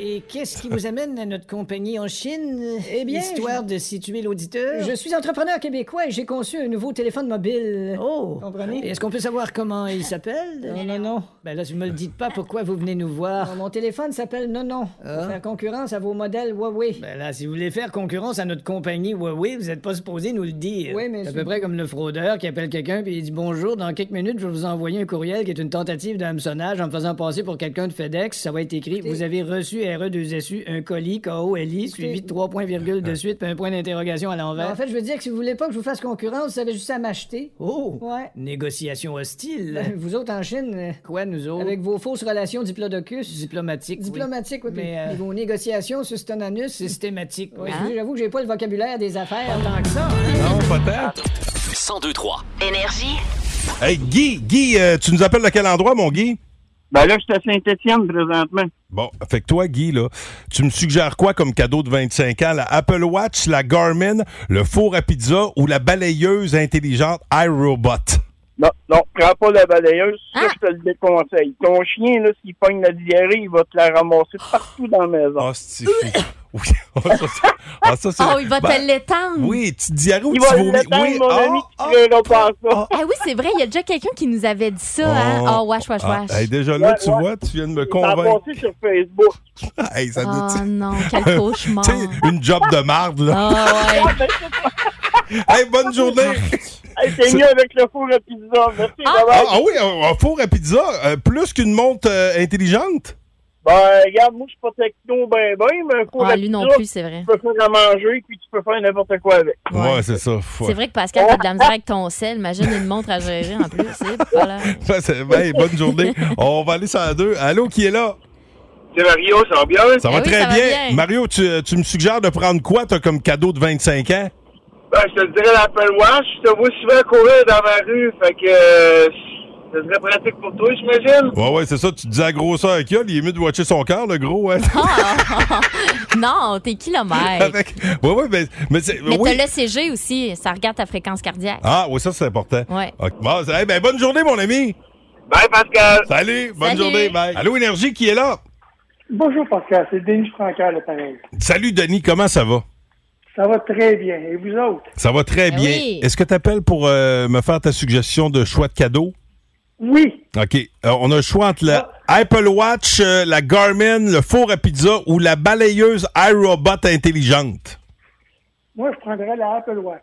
[SPEAKER 7] Et qu'est-ce qui vous amène à notre compagnie en Chine?
[SPEAKER 8] Eh bien,
[SPEAKER 7] Histoire de situer l'auditeur.
[SPEAKER 8] Je suis entrepreneur québécois et j'ai conçu un nouveau téléphone mobile.
[SPEAKER 7] Oh!
[SPEAKER 8] Comprenez?
[SPEAKER 7] Est-ce qu'on peut savoir
[SPEAKER 8] *laughs*
[SPEAKER 7] comment il s'appelle?
[SPEAKER 8] Non, non, non.
[SPEAKER 7] Ben là, vous me le dites pas pourquoi vous venez nous voir.
[SPEAKER 8] Alors, mon téléphone s'appelle Non Non. Pour
[SPEAKER 7] Ah.
[SPEAKER 8] Faire concurrence à vos modèles Huawei.
[SPEAKER 7] Ben là, si vous voulez faire concurrence à notre compagnie Huawei, vous n'êtes pas supposé nous le dire.
[SPEAKER 8] Oui, mais
[SPEAKER 7] C'est à
[SPEAKER 8] je-
[SPEAKER 7] peu près comme le fraudeur qui appelle quelqu'un puis il dit bonjour, dans quelques minutes, je vais vous envoyer un courriel qui est une tentative de hameçonnage en me faisant passer pour quelqu'un de FedEx. Ça va être écrit Vous avez reçu E RE2SU un colis KOLI suivi de trois points virgule de suite puis un point d'interrogation à l'envers.
[SPEAKER 8] Alors, en fait, je veux dire que si vous voulez pas que je vous fasse concurrence, vous avez juste à m'acheter.
[SPEAKER 7] Oh
[SPEAKER 8] Ouais.
[SPEAKER 7] Négociation
[SPEAKER 8] Ben,
[SPEAKER 7] hostile.
[SPEAKER 8] Vous autres en Chine, euh,
[SPEAKER 7] Quoi, nous autres
[SPEAKER 8] avec vos fausses relations diplodocus,
[SPEAKER 7] Diplomatique. oui.
[SPEAKER 8] diplomatiques, oui, puis-
[SPEAKER 7] Mais, euh,
[SPEAKER 8] puis vos négociations sur cet ananus, c'est-
[SPEAKER 7] Systématique.
[SPEAKER 8] Ouais,
[SPEAKER 7] oui.
[SPEAKER 8] excusez, J'avoue que j'ai pas le vocabulaire des affaires.
[SPEAKER 7] Tant que ça.
[SPEAKER 3] Non, peut-être.
[SPEAKER 2] 1023.
[SPEAKER 9] Énergie.
[SPEAKER 3] Hey, Guy, Guy, euh, tu nous appelles de quel endroit, mon Guy?
[SPEAKER 10] Ben là, je suis à Saint-Étienne présentement.
[SPEAKER 3] Bon, fait que toi, Guy, là, tu me suggères quoi comme cadeau de 25 ans? La Apple Watch, la Garmin, le four à pizza ou la balayeuse intelligente iRobot?
[SPEAKER 10] Non, non, prends pas la balayeuse. Ça,
[SPEAKER 5] Ah!
[SPEAKER 10] je te le déconseille. Ton chien, là, s'il pogne la diarrhée, il va te la ramasser partout dans la maison.
[SPEAKER 3] Ah, c'est *laughs* Oui. Ah, ça, c'est- ah, ça, c'est-
[SPEAKER 5] Oh, il va
[SPEAKER 3] Ben,
[SPEAKER 5] te l'étendre.
[SPEAKER 3] Oui, tu diarrhée ou
[SPEAKER 10] il
[SPEAKER 3] tu
[SPEAKER 10] va
[SPEAKER 3] vomis.
[SPEAKER 10] l'éteindre,
[SPEAKER 3] Oui,
[SPEAKER 10] mon
[SPEAKER 3] ah,
[SPEAKER 10] ami,
[SPEAKER 3] ah,
[SPEAKER 10] tu ne pas ça.
[SPEAKER 5] Ah oui, c'est vrai, il y a déjà quelqu'un qui nous avait dit ça, hein?
[SPEAKER 3] Oh.
[SPEAKER 5] Oh, wesh, wesh,
[SPEAKER 3] ah,
[SPEAKER 5] wesh.
[SPEAKER 3] hey, déjà là,
[SPEAKER 10] Ouais,
[SPEAKER 3] tu
[SPEAKER 10] ouais.
[SPEAKER 3] vois, tu viens de me
[SPEAKER 10] Il m'a
[SPEAKER 3] convaincre.
[SPEAKER 10] passé sur Facebook.
[SPEAKER 3] Hey, ça doit-
[SPEAKER 5] Oh non, quel
[SPEAKER 3] *laughs*
[SPEAKER 5] cauchemar.
[SPEAKER 3] tu sais, une job de marde, là.
[SPEAKER 5] Ah ouais.
[SPEAKER 3] Hey, bonne journée!
[SPEAKER 5] *laughs*
[SPEAKER 10] Hey, t'es mieux avec le four à pizza. Merci,
[SPEAKER 5] Ah.
[SPEAKER 10] bye-bye.
[SPEAKER 3] Ah, ah oui, un, un four à pizza, euh, plus qu'une montre euh, intelligente?
[SPEAKER 10] Ben, regarde, moi, je suis pas techno ben ben, mais un four à
[SPEAKER 5] Ah, lui
[SPEAKER 10] pizza,
[SPEAKER 5] non plus, c'est vrai.
[SPEAKER 10] tu peux faire à manger, puis tu peux faire n'importe quoi avec.
[SPEAKER 3] Ouais,
[SPEAKER 5] Ouais.
[SPEAKER 3] c'est ça. Faut- *laughs*
[SPEAKER 5] C'est vrai que Pascal, t'as de la misère avec ton sel. Imagine une montre à gérer en plus. c'est-
[SPEAKER 3] *laughs*
[SPEAKER 5] Voilà.
[SPEAKER 3] Ouais, c'est- ben, bonne journée. On va aller sur la deux. Allô, qui est là?
[SPEAKER 10] C'est Mario, ça va bien?
[SPEAKER 3] Ça
[SPEAKER 5] Eh
[SPEAKER 3] va
[SPEAKER 5] oui,
[SPEAKER 3] très
[SPEAKER 5] ça va
[SPEAKER 3] bien.
[SPEAKER 5] bien.
[SPEAKER 3] Mario, tu, euh, tu me suggères de prendre quoi, toi, comme cadeau de 25 ans?
[SPEAKER 10] Ben, je te dirais l'Apple Watch. Je te vois souvent courir dans ma rue, fait que euh, ça serait pratique pour toi, j'imagine.
[SPEAKER 3] Ouais, ouais, c'est ça. Tu te dis à la grosseur qu'il a, il est mieux de watcher son cœur, le gros. Hein?
[SPEAKER 5] Ah! *laughs* Non, t'es kilomètre.
[SPEAKER 3] *laughs* Avec- Ouais, ouais, mais, mais c'est.
[SPEAKER 5] Mais
[SPEAKER 3] oui.
[SPEAKER 5] t'as l'ECG aussi, ça regarde ta fréquence cardiaque.
[SPEAKER 3] Ah, oui, ça, c'est important.
[SPEAKER 5] Ouais.
[SPEAKER 3] Ok. Bon, c'est- eh ben, bonne journée, mon ami.
[SPEAKER 10] Bye, Pascal.
[SPEAKER 3] Salut. Bonne
[SPEAKER 5] Salut.
[SPEAKER 3] journée. Bye. Allô, Énergie, qui est là?
[SPEAKER 9] Bonjour Pascal, c'est Denis Francaire le pareil.
[SPEAKER 3] Salut, Denis. Comment ça va?
[SPEAKER 9] Ça va très bien. Et vous autres?
[SPEAKER 3] Ça va très
[SPEAKER 5] Ben
[SPEAKER 3] bien.
[SPEAKER 5] oui.
[SPEAKER 3] Est-ce que tu appelles pour euh, me faire ta suggestion de choix de cadeau?
[SPEAKER 9] Oui,
[SPEAKER 3] OK. Euh, on a le choix entre la Apple Watch, euh, la Garmin, le four à pizza ou la balayeuse iRobot intelligente.
[SPEAKER 9] moi je prendrais la Apple Watch.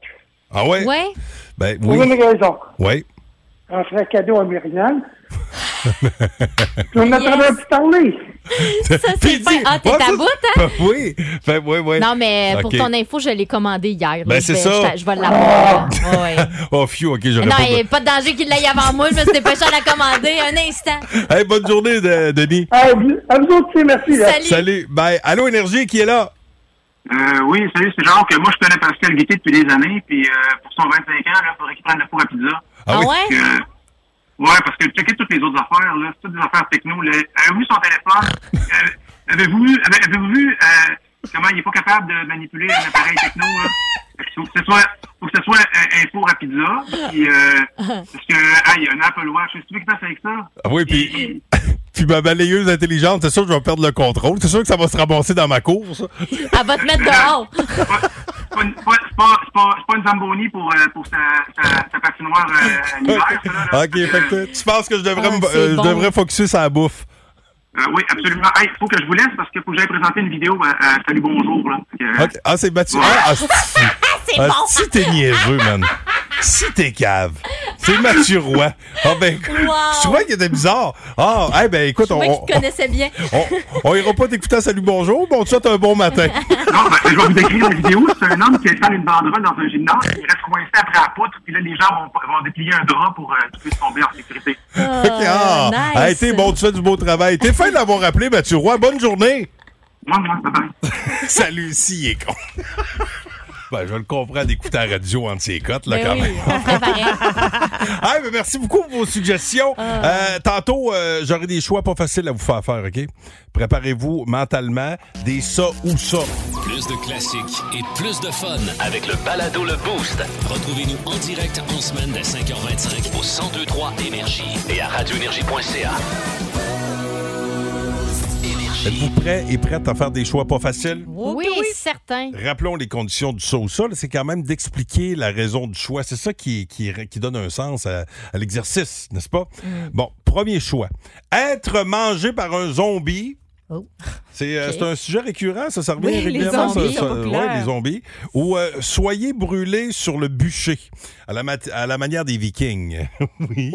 [SPEAKER 3] Ah ouais?
[SPEAKER 5] Ouais?
[SPEAKER 3] *laughs* Ben
[SPEAKER 9] Pour
[SPEAKER 3] oui.
[SPEAKER 9] une raison.
[SPEAKER 3] Oui.
[SPEAKER 9] On ferait cadeau à Myriam. Puis on attendrait
[SPEAKER 5] Yes.
[SPEAKER 9] plus parler.
[SPEAKER 5] Ça, c'est
[SPEAKER 3] Puis
[SPEAKER 5] fin.
[SPEAKER 3] dis-
[SPEAKER 5] Ah, t'es
[SPEAKER 3] Ouais,
[SPEAKER 5] à
[SPEAKER 3] ça-
[SPEAKER 5] bout, hein?
[SPEAKER 3] *laughs* oui. Ben, oui, oui.
[SPEAKER 5] Non, mais pour
[SPEAKER 3] Ok.
[SPEAKER 5] ton info, je l'ai commandé hier. là.
[SPEAKER 3] Ben,
[SPEAKER 5] Je
[SPEAKER 3] c'est
[SPEAKER 5] vais-
[SPEAKER 3] ça.
[SPEAKER 5] Je, je
[SPEAKER 3] *laughs*
[SPEAKER 5] vais l'avoir. là. Ouais.
[SPEAKER 3] Oh, fiu, OK, j'aurais
[SPEAKER 5] Non,
[SPEAKER 3] pas...
[SPEAKER 5] il n'y a pas de danger qu'il l'aille avant moi. Je me suis dépêchée à la commander un instant.
[SPEAKER 3] Hey, bonne journée, de- Denis.
[SPEAKER 9] À Ah, vous, à vous autres, c'est merci. là.
[SPEAKER 3] *laughs*
[SPEAKER 5] Salut.
[SPEAKER 3] Salut. Bye. Allô, Énergie, qui est là?
[SPEAKER 10] Euh, oui, salut, c'est genre que moi, je connais Pascal Guité depuis des années, puis euh, pour son 25 ans, là, faudrait qu'il prenne le four à pizza.
[SPEAKER 5] Ah,
[SPEAKER 3] oui.
[SPEAKER 5] ouais?
[SPEAKER 10] Euh, ouais, parce que checker toutes les autres affaires, là, c'est toutes des affaires techno. là. Avez-vous vu son téléphone? Euh, Avez-vous vu, avez, avez-vous vu euh, comment il est pas capable de manipuler un appareil techno? Là? Fait que Faut que ce soit, faut que ce soit euh, un, un four à pizza. Puis, euh, parce que, ah, il y a un Apple Watch. Qu'est-ce que tu veux qu'il fasse avec ça?
[SPEAKER 3] Ah oui, puis... Puis ma balayeuse intelligente, c'est sûr que je vais perdre le contrôle. C'est sûr que ça va se ramasser dans ma course.
[SPEAKER 5] Elle va te mettre dehors.
[SPEAKER 3] Ah,
[SPEAKER 10] C'est pas, c'est pas, une- c'est pas, c'est pas, c'est pas, c'est pas une Zamboni pour, euh, pour sa, sa, sa patinoire euh, à l'hiver, ça, là. là.
[SPEAKER 3] *laughs* OK, fait que tu penses que je devrais,
[SPEAKER 5] Ah,
[SPEAKER 3] me-
[SPEAKER 5] c'est
[SPEAKER 3] euh, je
[SPEAKER 5] bon.
[SPEAKER 3] devrais focuser sur la bouffe.
[SPEAKER 10] Euh, oui, absolument. Il faut que je vous laisse parce que faut que j'aille présenter une vidéo à, à Salut Bonjour. Là. Fait que, euh,
[SPEAKER 3] Ok. Ah, c'est battu.
[SPEAKER 5] *laughs*
[SPEAKER 3] Ah, ah, c'est-
[SPEAKER 5] C'est
[SPEAKER 3] ah,
[SPEAKER 5] bon.
[SPEAKER 3] Si t'es niaiseux, man. Si t'es cave. C'est Mathieu Roy. Ah, ben,
[SPEAKER 5] Wow.
[SPEAKER 3] tu vois qu'il était bizarre. Ah, eh ben, écoute,
[SPEAKER 5] Moi
[SPEAKER 3] on,
[SPEAKER 5] qui te connaissais bien.
[SPEAKER 3] *laughs* on, on ira pas t'écouter à Salut Bonjour, mais on te souhaite un bon matin.
[SPEAKER 10] *laughs* Non, ben, je vais vous décrire la vidéo. C'est un homme qui installe une banderole dans un gymnase, il reste coincé après la poutre, puis là, les gens vont, vont déplier un drap pour euh, qu'il puisse tomber en sécurité.
[SPEAKER 3] *laughs* Ok, ah,
[SPEAKER 5] Oh, nice.
[SPEAKER 3] hey, t'es bon, tu fais du beau travail. T'es fin de l'avoir appelé, Mathieu Roy. Bonne journée.
[SPEAKER 10] Moi, moi, ça va.
[SPEAKER 3] Salut, si, il est con. *laughs* Ben, je le comprends d'écouter la radio entre ses cotes, là,
[SPEAKER 5] Ben
[SPEAKER 3] quand
[SPEAKER 5] oui,
[SPEAKER 3] même.
[SPEAKER 5] on
[SPEAKER 11] *laughs*
[SPEAKER 5] ferait pareil.
[SPEAKER 3] Ah, ben merci beaucoup pour vos suggestions. Euh, tantôt, euh, j'aurai des choix pas faciles à vous faire faire, OK? Préparez-vous mentalement des ça ou ça.
[SPEAKER 2] Plus de classiques et plus de fun.
[SPEAKER 1] Avec le balado Le Boost,
[SPEAKER 2] Retrouvez-nous en direct en semaine dès 5h25
[SPEAKER 1] au 1023 Énergie.
[SPEAKER 2] et à radioénergie.ca.
[SPEAKER 3] Êtes-vous prêts et prêtes à faire des choix pas faciles?
[SPEAKER 5] Oui, certain.
[SPEAKER 3] Rappelons les conditions du ça ou ça. là, C'est quand même d'expliquer la raison du choix. C'est ça qui, qui, qui donne un sens à, à l'exercice, n'est-ce pas?
[SPEAKER 5] Mm.
[SPEAKER 3] Bon, premier choix. Être mangé par un zombie.
[SPEAKER 5] Oh.
[SPEAKER 3] C'est euh,
[SPEAKER 5] Ok.
[SPEAKER 3] c'est un sujet récurrent, ça, ça revient
[SPEAKER 11] Oui, les
[SPEAKER 3] régulièrement. ça-
[SPEAKER 11] zombies,
[SPEAKER 3] ça-
[SPEAKER 11] c'est
[SPEAKER 3] ouais,
[SPEAKER 11] populaire.
[SPEAKER 3] les zombies. Ou euh, soyez brûlé sur le bûcher, à la, mat- à la manière des Vikings. *laughs* oui.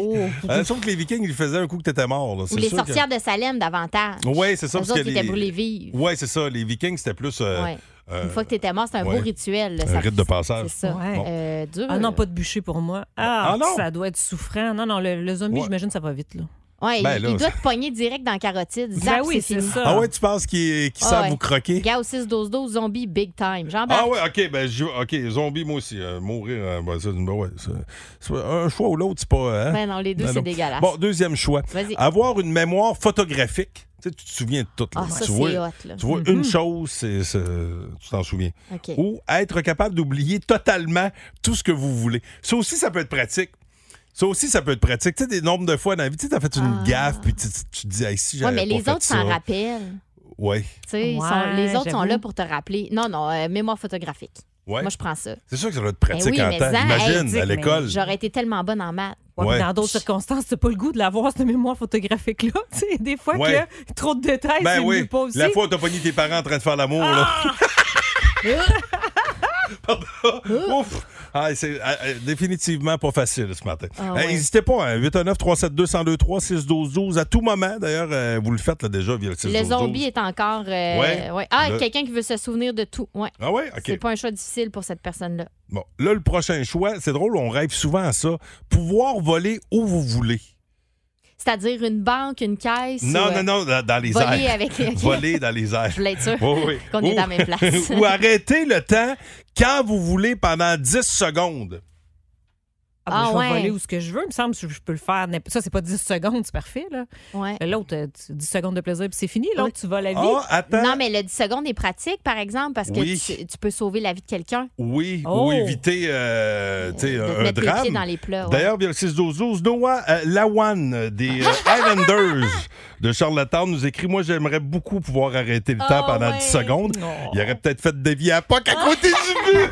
[SPEAKER 3] Euh, sauf que les Vikings, ils faisaient un coup que t'étais mort. là.
[SPEAKER 5] Oh. Ou
[SPEAKER 3] C'est
[SPEAKER 5] les
[SPEAKER 3] sûr
[SPEAKER 5] sorcières de Salem davantage.
[SPEAKER 3] Que... Ouais, c'est ça.
[SPEAKER 5] Elles
[SPEAKER 3] parce
[SPEAKER 5] autres
[SPEAKER 3] que
[SPEAKER 5] qui étaient brûlées vives.
[SPEAKER 3] Ouais, c'est ça. Les Vikings, c'était plus euh,
[SPEAKER 5] Ouais.
[SPEAKER 3] euh,
[SPEAKER 5] Une fois que t'étais mort, c'est un
[SPEAKER 3] ouais.
[SPEAKER 5] beau rituel. là,
[SPEAKER 3] un
[SPEAKER 5] ça-
[SPEAKER 3] rite de passage.
[SPEAKER 5] C'est ça.
[SPEAKER 11] Ouais.
[SPEAKER 3] Bon.
[SPEAKER 5] Euh, dur.
[SPEAKER 11] Ah non, pas de bûcher pour moi. Ah,
[SPEAKER 3] Ah non?
[SPEAKER 11] ça doit être souffrant. Non, non, le, le zombie,
[SPEAKER 3] Ouais.
[SPEAKER 11] j'imagine, ça va vite. Là.
[SPEAKER 5] Ouais,
[SPEAKER 3] Ben
[SPEAKER 5] il,
[SPEAKER 3] là,
[SPEAKER 5] il
[SPEAKER 3] ça-
[SPEAKER 5] doit te pogner direct dans la carotide. Zap,
[SPEAKER 11] Ben oui,
[SPEAKER 5] c'est
[SPEAKER 11] c'est
[SPEAKER 5] fini.
[SPEAKER 11] ça.
[SPEAKER 3] Ah ouais, tu penses qu'ils qu'ils
[SPEAKER 5] Ah
[SPEAKER 3] savent
[SPEAKER 5] ouais.
[SPEAKER 3] vous croquer?
[SPEAKER 5] Gars au 6-12-12, zombie big time. Jean
[SPEAKER 3] Ah ouais, ok, ben j'y vais. ok, zombie moi aussi, euh, mourir, euh, ben, ça, ben, ouais, ça- c'est un choix ou l'autre, c'est pas. euh, hein?
[SPEAKER 5] Ben non, les deux,
[SPEAKER 3] Ben
[SPEAKER 5] c'est
[SPEAKER 3] non.
[SPEAKER 5] dégueulasse.
[SPEAKER 3] Bon, deuxième choix,
[SPEAKER 5] Vas-y. Ah,
[SPEAKER 3] avoir une mémoire photographique. Tu, sais, tu te souviens de tout. là.
[SPEAKER 5] ça,
[SPEAKER 3] tu
[SPEAKER 5] c'est hot,
[SPEAKER 3] vois,
[SPEAKER 5] là.
[SPEAKER 3] tu vois une chose, c'est, c'est- tu t'en souviens.
[SPEAKER 5] OK.
[SPEAKER 3] Ou être capable d'oublier totalement tout ce que vous voulez. Ça aussi, ça peut être pratique. Ça aussi, ça peut être pratique. Tu sais, des nombres de fois dans la vie, tu sais, t'as fait une gaffe, puis tu, tu- tu te dis, hey, si
[SPEAKER 5] Ah.
[SPEAKER 3] j'avais
[SPEAKER 5] Ouais, mais
[SPEAKER 3] pas
[SPEAKER 5] les
[SPEAKER 3] fait
[SPEAKER 5] autres
[SPEAKER 3] ça.
[SPEAKER 5] s'en rappellent.
[SPEAKER 3] Ouais.
[SPEAKER 5] Tu sais, ils
[SPEAKER 11] Ouais,
[SPEAKER 5] sont- les autres sont
[SPEAKER 11] j'avoue.
[SPEAKER 5] là pour te rappeler. Non, non, euh, mémoire photographique.
[SPEAKER 3] Ouais.
[SPEAKER 5] Moi, je prends ça.
[SPEAKER 3] C'est sûr que ça doit être
[SPEAKER 5] Ben
[SPEAKER 3] pratique
[SPEAKER 5] oui,
[SPEAKER 3] en
[SPEAKER 5] mais
[SPEAKER 3] temps.
[SPEAKER 5] ça,
[SPEAKER 3] Imagine,
[SPEAKER 5] hey,
[SPEAKER 3] à l'école.
[SPEAKER 5] J'aurais été tellement bonne en maths.
[SPEAKER 11] Ouais,
[SPEAKER 3] Ouais. Ben
[SPEAKER 11] mais Dans d'autres circonstances, c'est pas le goût de l'avoir, cette mémoire photographique-là. *laughs* Tu sais, des fois,
[SPEAKER 3] Ouais.
[SPEAKER 11] que trop de détails,
[SPEAKER 3] Ben
[SPEAKER 11] c'est mieux
[SPEAKER 3] oui,
[SPEAKER 11] pas aussi.
[SPEAKER 3] la fois où t'as pogné tes parents en train de faire l'amour,
[SPEAKER 5] Ah!
[SPEAKER 3] là. *laughs* Pardon. Ouf. Ah, c'est ah, ah, définitivement pas facile ce matin.
[SPEAKER 12] Ah
[SPEAKER 3] Eh,
[SPEAKER 12] ouais.
[SPEAKER 3] N'hésitez pas, hein, 819 372 1023 612 12 À tout moment, d'ailleurs, euh, vous le faites là, déjà via le 6
[SPEAKER 5] Le zombie est encore. euh,
[SPEAKER 3] Ouais.
[SPEAKER 5] ouais. Ah,
[SPEAKER 3] Le-
[SPEAKER 5] quelqu'un qui veut se souvenir de tout. Ouais.
[SPEAKER 3] Ah ouais? OK.
[SPEAKER 5] C'est pas un choix difficile pour cette personne-là.
[SPEAKER 3] Bon, là, le prochain choix, c'est drôle, on rêve souvent à ça. Pouvoir voler où vous voulez.
[SPEAKER 5] C'est-à-dire une banque, une caisse.
[SPEAKER 3] Non,
[SPEAKER 5] ou, euh,
[SPEAKER 3] non, non, dans, dans les
[SPEAKER 5] voler
[SPEAKER 3] airs.
[SPEAKER 5] avec- *laughs* ok.
[SPEAKER 3] Voler dans les airs.
[SPEAKER 5] Je voulais être sûre
[SPEAKER 3] Oui, oui.
[SPEAKER 5] *laughs* qu'on est
[SPEAKER 3] Ou-
[SPEAKER 5] dans la même place.
[SPEAKER 3] Ou arrêter le temps quand vous voulez pendant 10 secondes.
[SPEAKER 11] Ah, ben,
[SPEAKER 5] Ah,
[SPEAKER 11] je vais
[SPEAKER 5] ouais.
[SPEAKER 11] voler où ce que je veux, il me semble que je peux le faire. n'importe- Ça, c'est pas 10 secondes, c'est parfait. là. Mais L'autre, euh, tu- 10 secondes de plaisir, puis c'est fini. L'autre, tu vas
[SPEAKER 6] Ah
[SPEAKER 11] la vie.
[SPEAKER 3] Ah,
[SPEAKER 5] Non, mais le 10 secondes est pratique, par exemple, parce que
[SPEAKER 3] Oui.
[SPEAKER 5] tu, tu peux sauver la vie de quelqu'un.
[SPEAKER 3] Oui,
[SPEAKER 5] Oh.
[SPEAKER 3] ou éviter euh, tu sais,
[SPEAKER 5] de te
[SPEAKER 3] un, un
[SPEAKER 5] mettre les
[SPEAKER 3] drame.
[SPEAKER 5] pieds dans les plats, ouais.
[SPEAKER 3] D'ailleurs, via le 6-12-12, Noah euh, Lawan euh, des euh,
[SPEAKER 5] *laughs*
[SPEAKER 3] Islanders de Charlottetown nous écrit Moi, j'aimerais beaucoup pouvoir arrêter le
[SPEAKER 5] Ah,
[SPEAKER 3] temps pendant 10 secondes. Il aurait peut-être fait dévier à Poc à côté du
[SPEAKER 5] *laughs*
[SPEAKER 3] but.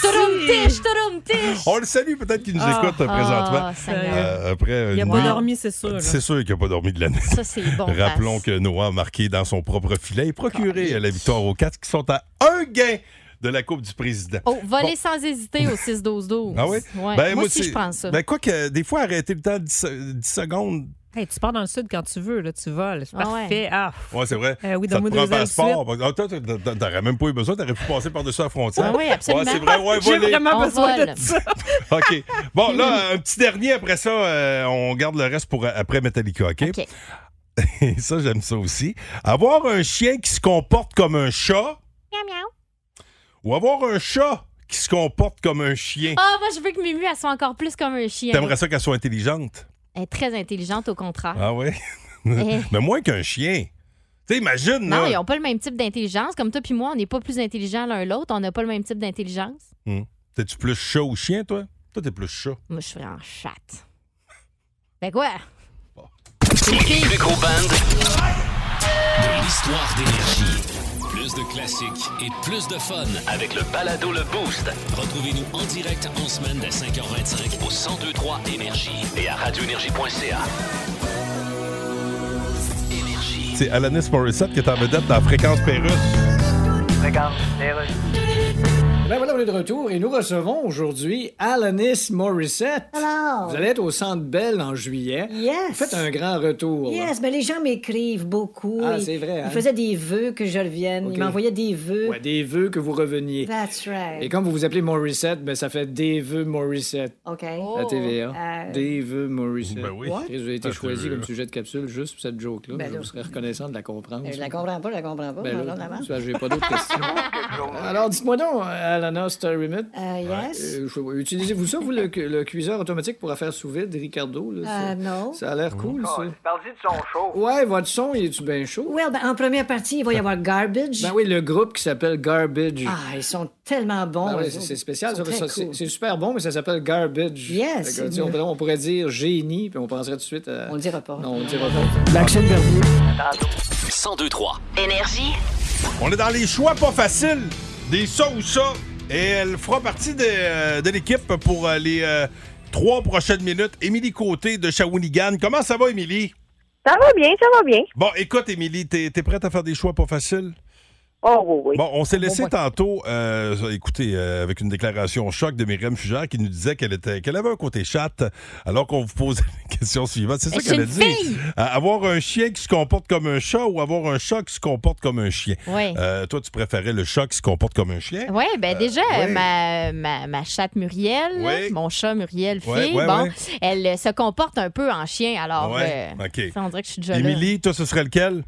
[SPEAKER 5] Tourum-tiche, tourum-tiche.
[SPEAKER 3] On le salue, peut-être qu'il nous
[SPEAKER 5] Ah,
[SPEAKER 3] écoute euh,
[SPEAKER 5] ah,
[SPEAKER 3] présentement.
[SPEAKER 5] Seigneur.
[SPEAKER 3] Euh, après
[SPEAKER 11] Il a
[SPEAKER 3] une
[SPEAKER 11] pas
[SPEAKER 3] nuit-
[SPEAKER 11] dormi, c'est sûr. là.
[SPEAKER 3] C'est sûr qu'il n'a pas dormi de l'année.
[SPEAKER 5] Ça, c'est bon.
[SPEAKER 3] *laughs* Rappelons
[SPEAKER 5] Raph.
[SPEAKER 3] que Noah a marqué dans son propre filet et procuré la victoire aux quatre qui sont à un gain de la Coupe du Président.
[SPEAKER 5] Oh, voler
[SPEAKER 3] Bon.
[SPEAKER 5] sans hésiter au 6-12-12.
[SPEAKER 3] Ah oui?
[SPEAKER 5] Ouais.
[SPEAKER 3] Ben,
[SPEAKER 5] moi aussi,
[SPEAKER 3] c'est-
[SPEAKER 5] je pense ça.
[SPEAKER 3] Ben, quoi que, des fois, arrêter le temps 10, se- 10 secondes.
[SPEAKER 11] Hey, tu pars dans le sud quand tu veux, là, tu voles. C'est
[SPEAKER 5] Ah ouais.
[SPEAKER 11] parfait. Ah, pff.
[SPEAKER 3] Ouais, c'est vrai.
[SPEAKER 11] Euh, oui,
[SPEAKER 3] ça te
[SPEAKER 11] donne-moi
[SPEAKER 3] prend un
[SPEAKER 11] deux ailes
[SPEAKER 3] passeport. Ah, toi, t'as- t'as- T'aurais même pas eu besoin, t'aurais pu passer par-dessus la frontière.
[SPEAKER 5] Ah oui, absolument.
[SPEAKER 3] Ouais, c'est vrai, ouais,
[SPEAKER 5] *laughs* J'ai
[SPEAKER 3] voler.
[SPEAKER 5] vraiment On besoin de vole. ça.
[SPEAKER 3] OK. Bon,
[SPEAKER 5] *laughs*
[SPEAKER 3] là, un petit dernier après ça, euh, on garde le reste pour euh, après Metallica, OK?
[SPEAKER 5] OK.
[SPEAKER 3] *laughs* Et ça, j'aime ça aussi. Avoir un chien qui se comporte comme un chat
[SPEAKER 5] Miaou, miaou.
[SPEAKER 3] ou avoir un chat qui se comporte comme un chien.
[SPEAKER 5] Ah, moi, je veux que Mimu, elle soit encore plus comme un chien.
[SPEAKER 3] T'aimerais ça qu'elle soit intelligente?
[SPEAKER 5] Elle est très intelligente, au contraire.
[SPEAKER 3] Ah ouais?
[SPEAKER 5] Eh.
[SPEAKER 3] *laughs* Mais moins qu'un chien. Tu sais, imagine,
[SPEAKER 5] Non,
[SPEAKER 3] là.
[SPEAKER 5] ils n'ont pas le même type d'intelligence. Comme toi puis moi, on n'est pas plus intelligents l'un l'autre. On n'a pas le même type d'intelligence.
[SPEAKER 3] Hmm. T'es-tu plus chat ou chien, toi? Toi, t'es plus chat.
[SPEAKER 5] Moi, je suis en chatte. Ben quoi?
[SPEAKER 2] Les plus gros bands de l'histoire d'énergie. Plus de classiques et plus de fun avec le balado Le Boost. Retrouvez-nous en direct en semaine dès 5h25 au 1023 Énergie et à radioénergie.ca.
[SPEAKER 3] C'est Alanis Morissette qui est en vedette dans Fréquence Pérusse.
[SPEAKER 6] Ben voilà, on est de retour et nous recevons aujourd'hui Alanis Morissette. Vous allez être au Centre Bell en juillet.
[SPEAKER 8] Yes.
[SPEAKER 6] Vous faites un grand retour. là.
[SPEAKER 8] Yes, mais les gens m'écrivent beaucoup.
[SPEAKER 6] Ah,
[SPEAKER 8] Ils-
[SPEAKER 6] c'est vrai, hein?
[SPEAKER 8] Ils faisaient des vœux que je revienne.
[SPEAKER 6] Ok.
[SPEAKER 8] Ils m'envoyaient des vœux.
[SPEAKER 6] Ouais, des vœux que vous reveniez.
[SPEAKER 8] That's right.
[SPEAKER 6] Et comme vous vous appelez Morissette, ben ça fait des vœux Morissette.
[SPEAKER 8] OK.
[SPEAKER 6] La TVA.
[SPEAKER 8] Euh,
[SPEAKER 6] Des vœux Morissette. Ben
[SPEAKER 8] oui. What?
[SPEAKER 6] Vous avez été
[SPEAKER 8] Parce
[SPEAKER 6] choisi
[SPEAKER 8] que-
[SPEAKER 6] comme sujet de capsule juste pour cette joke-là.
[SPEAKER 8] Ben
[SPEAKER 6] je
[SPEAKER 8] là.
[SPEAKER 6] vous serais reconnaissant de la comprendre.
[SPEAKER 8] Euh, Je la comprends pas, je la comprends pas.
[SPEAKER 6] Ben
[SPEAKER 8] mais
[SPEAKER 6] là,
[SPEAKER 8] on avance.
[SPEAKER 6] ça, j'ai pas d'autres questions. Alors, dites-moi donc, Alana Star Remit.
[SPEAKER 8] yes.
[SPEAKER 6] Euh, je- Utilisez-vous ça, vous, le, cu- le cuiseur automatique pour affaire sous vide, Ricardo? Là, ça-
[SPEAKER 8] Euh, non.
[SPEAKER 6] Ça a l'air cool, ça.
[SPEAKER 8] Parlez de son show.
[SPEAKER 6] Ouais, votre son, il est-tu bien chaud?
[SPEAKER 8] Well, ben, en première partie, il va y avoir Garbage.
[SPEAKER 6] Ben oui, le groupe qui s'appelle Garbage.
[SPEAKER 8] Ah, ils sont tellement bons.
[SPEAKER 6] Ah ouais,
[SPEAKER 8] eux
[SPEAKER 6] c'est-
[SPEAKER 8] autres.
[SPEAKER 6] c'est spécial,
[SPEAKER 8] Ils sont
[SPEAKER 6] ça, ça,
[SPEAKER 8] très
[SPEAKER 6] c'est
[SPEAKER 8] cool.
[SPEAKER 6] c'est super bon, mais ça s'appelle Garbage.
[SPEAKER 8] Yes,
[SPEAKER 6] Fait que, tu sais,
[SPEAKER 8] c'est
[SPEAKER 6] on,
[SPEAKER 8] mieux.
[SPEAKER 6] on pourrait dire génie, puis on penserait tout de suite à. On le
[SPEAKER 8] dira pas.
[SPEAKER 6] Non, on le dira pas. Maxime
[SPEAKER 2] 1023.
[SPEAKER 13] Énergie.
[SPEAKER 3] On est dans les choix pas faciles, des ça ou ça. Et elle fera partie de, euh, de l'équipe pour euh, les euh, trois prochaines minutes. Émilie Côté de Shawinigan. Comment ça va, Émilie?
[SPEAKER 14] Ça va bien, ça va bien.
[SPEAKER 3] Bon, écoute, Émilie, t'es es prête à faire des choix pas faciles?
[SPEAKER 14] Oh oui, oui.
[SPEAKER 3] Bon, on s'est laissé tantôt, euh, écoutez, euh, avec une déclaration choc de Myriam Fugère qui nous disait qu'elle était, qu'elle avait un côté chatte, alors qu'on vous posait *laughs* la question suivante. C'est ça
[SPEAKER 12] Mais c'est
[SPEAKER 3] qu'elle a
[SPEAKER 12] une
[SPEAKER 3] dit.
[SPEAKER 12] fille!
[SPEAKER 3] Euh, avoir un chien qui se comporte comme un chat ou avoir un chat qui se comporte comme un chien.
[SPEAKER 5] Ouais.
[SPEAKER 3] Euh, toi, tu préférais le chat qui se comporte comme un chien.
[SPEAKER 5] Oui, ben
[SPEAKER 3] Euh,
[SPEAKER 5] déjà,
[SPEAKER 3] ouais.
[SPEAKER 5] ma, ma, ma chatte Muriel,
[SPEAKER 3] Ouais.
[SPEAKER 5] mon chat Muriel, fille,
[SPEAKER 3] Ouais, ouais,
[SPEAKER 5] bon,
[SPEAKER 3] ouais.
[SPEAKER 5] elle euh, se comporte un peu en chien, alors
[SPEAKER 3] Ouais,
[SPEAKER 5] euh,
[SPEAKER 3] OK.
[SPEAKER 5] ça, on dirait que je suis déjà là.
[SPEAKER 3] Émilie, toi, ce serait lequel?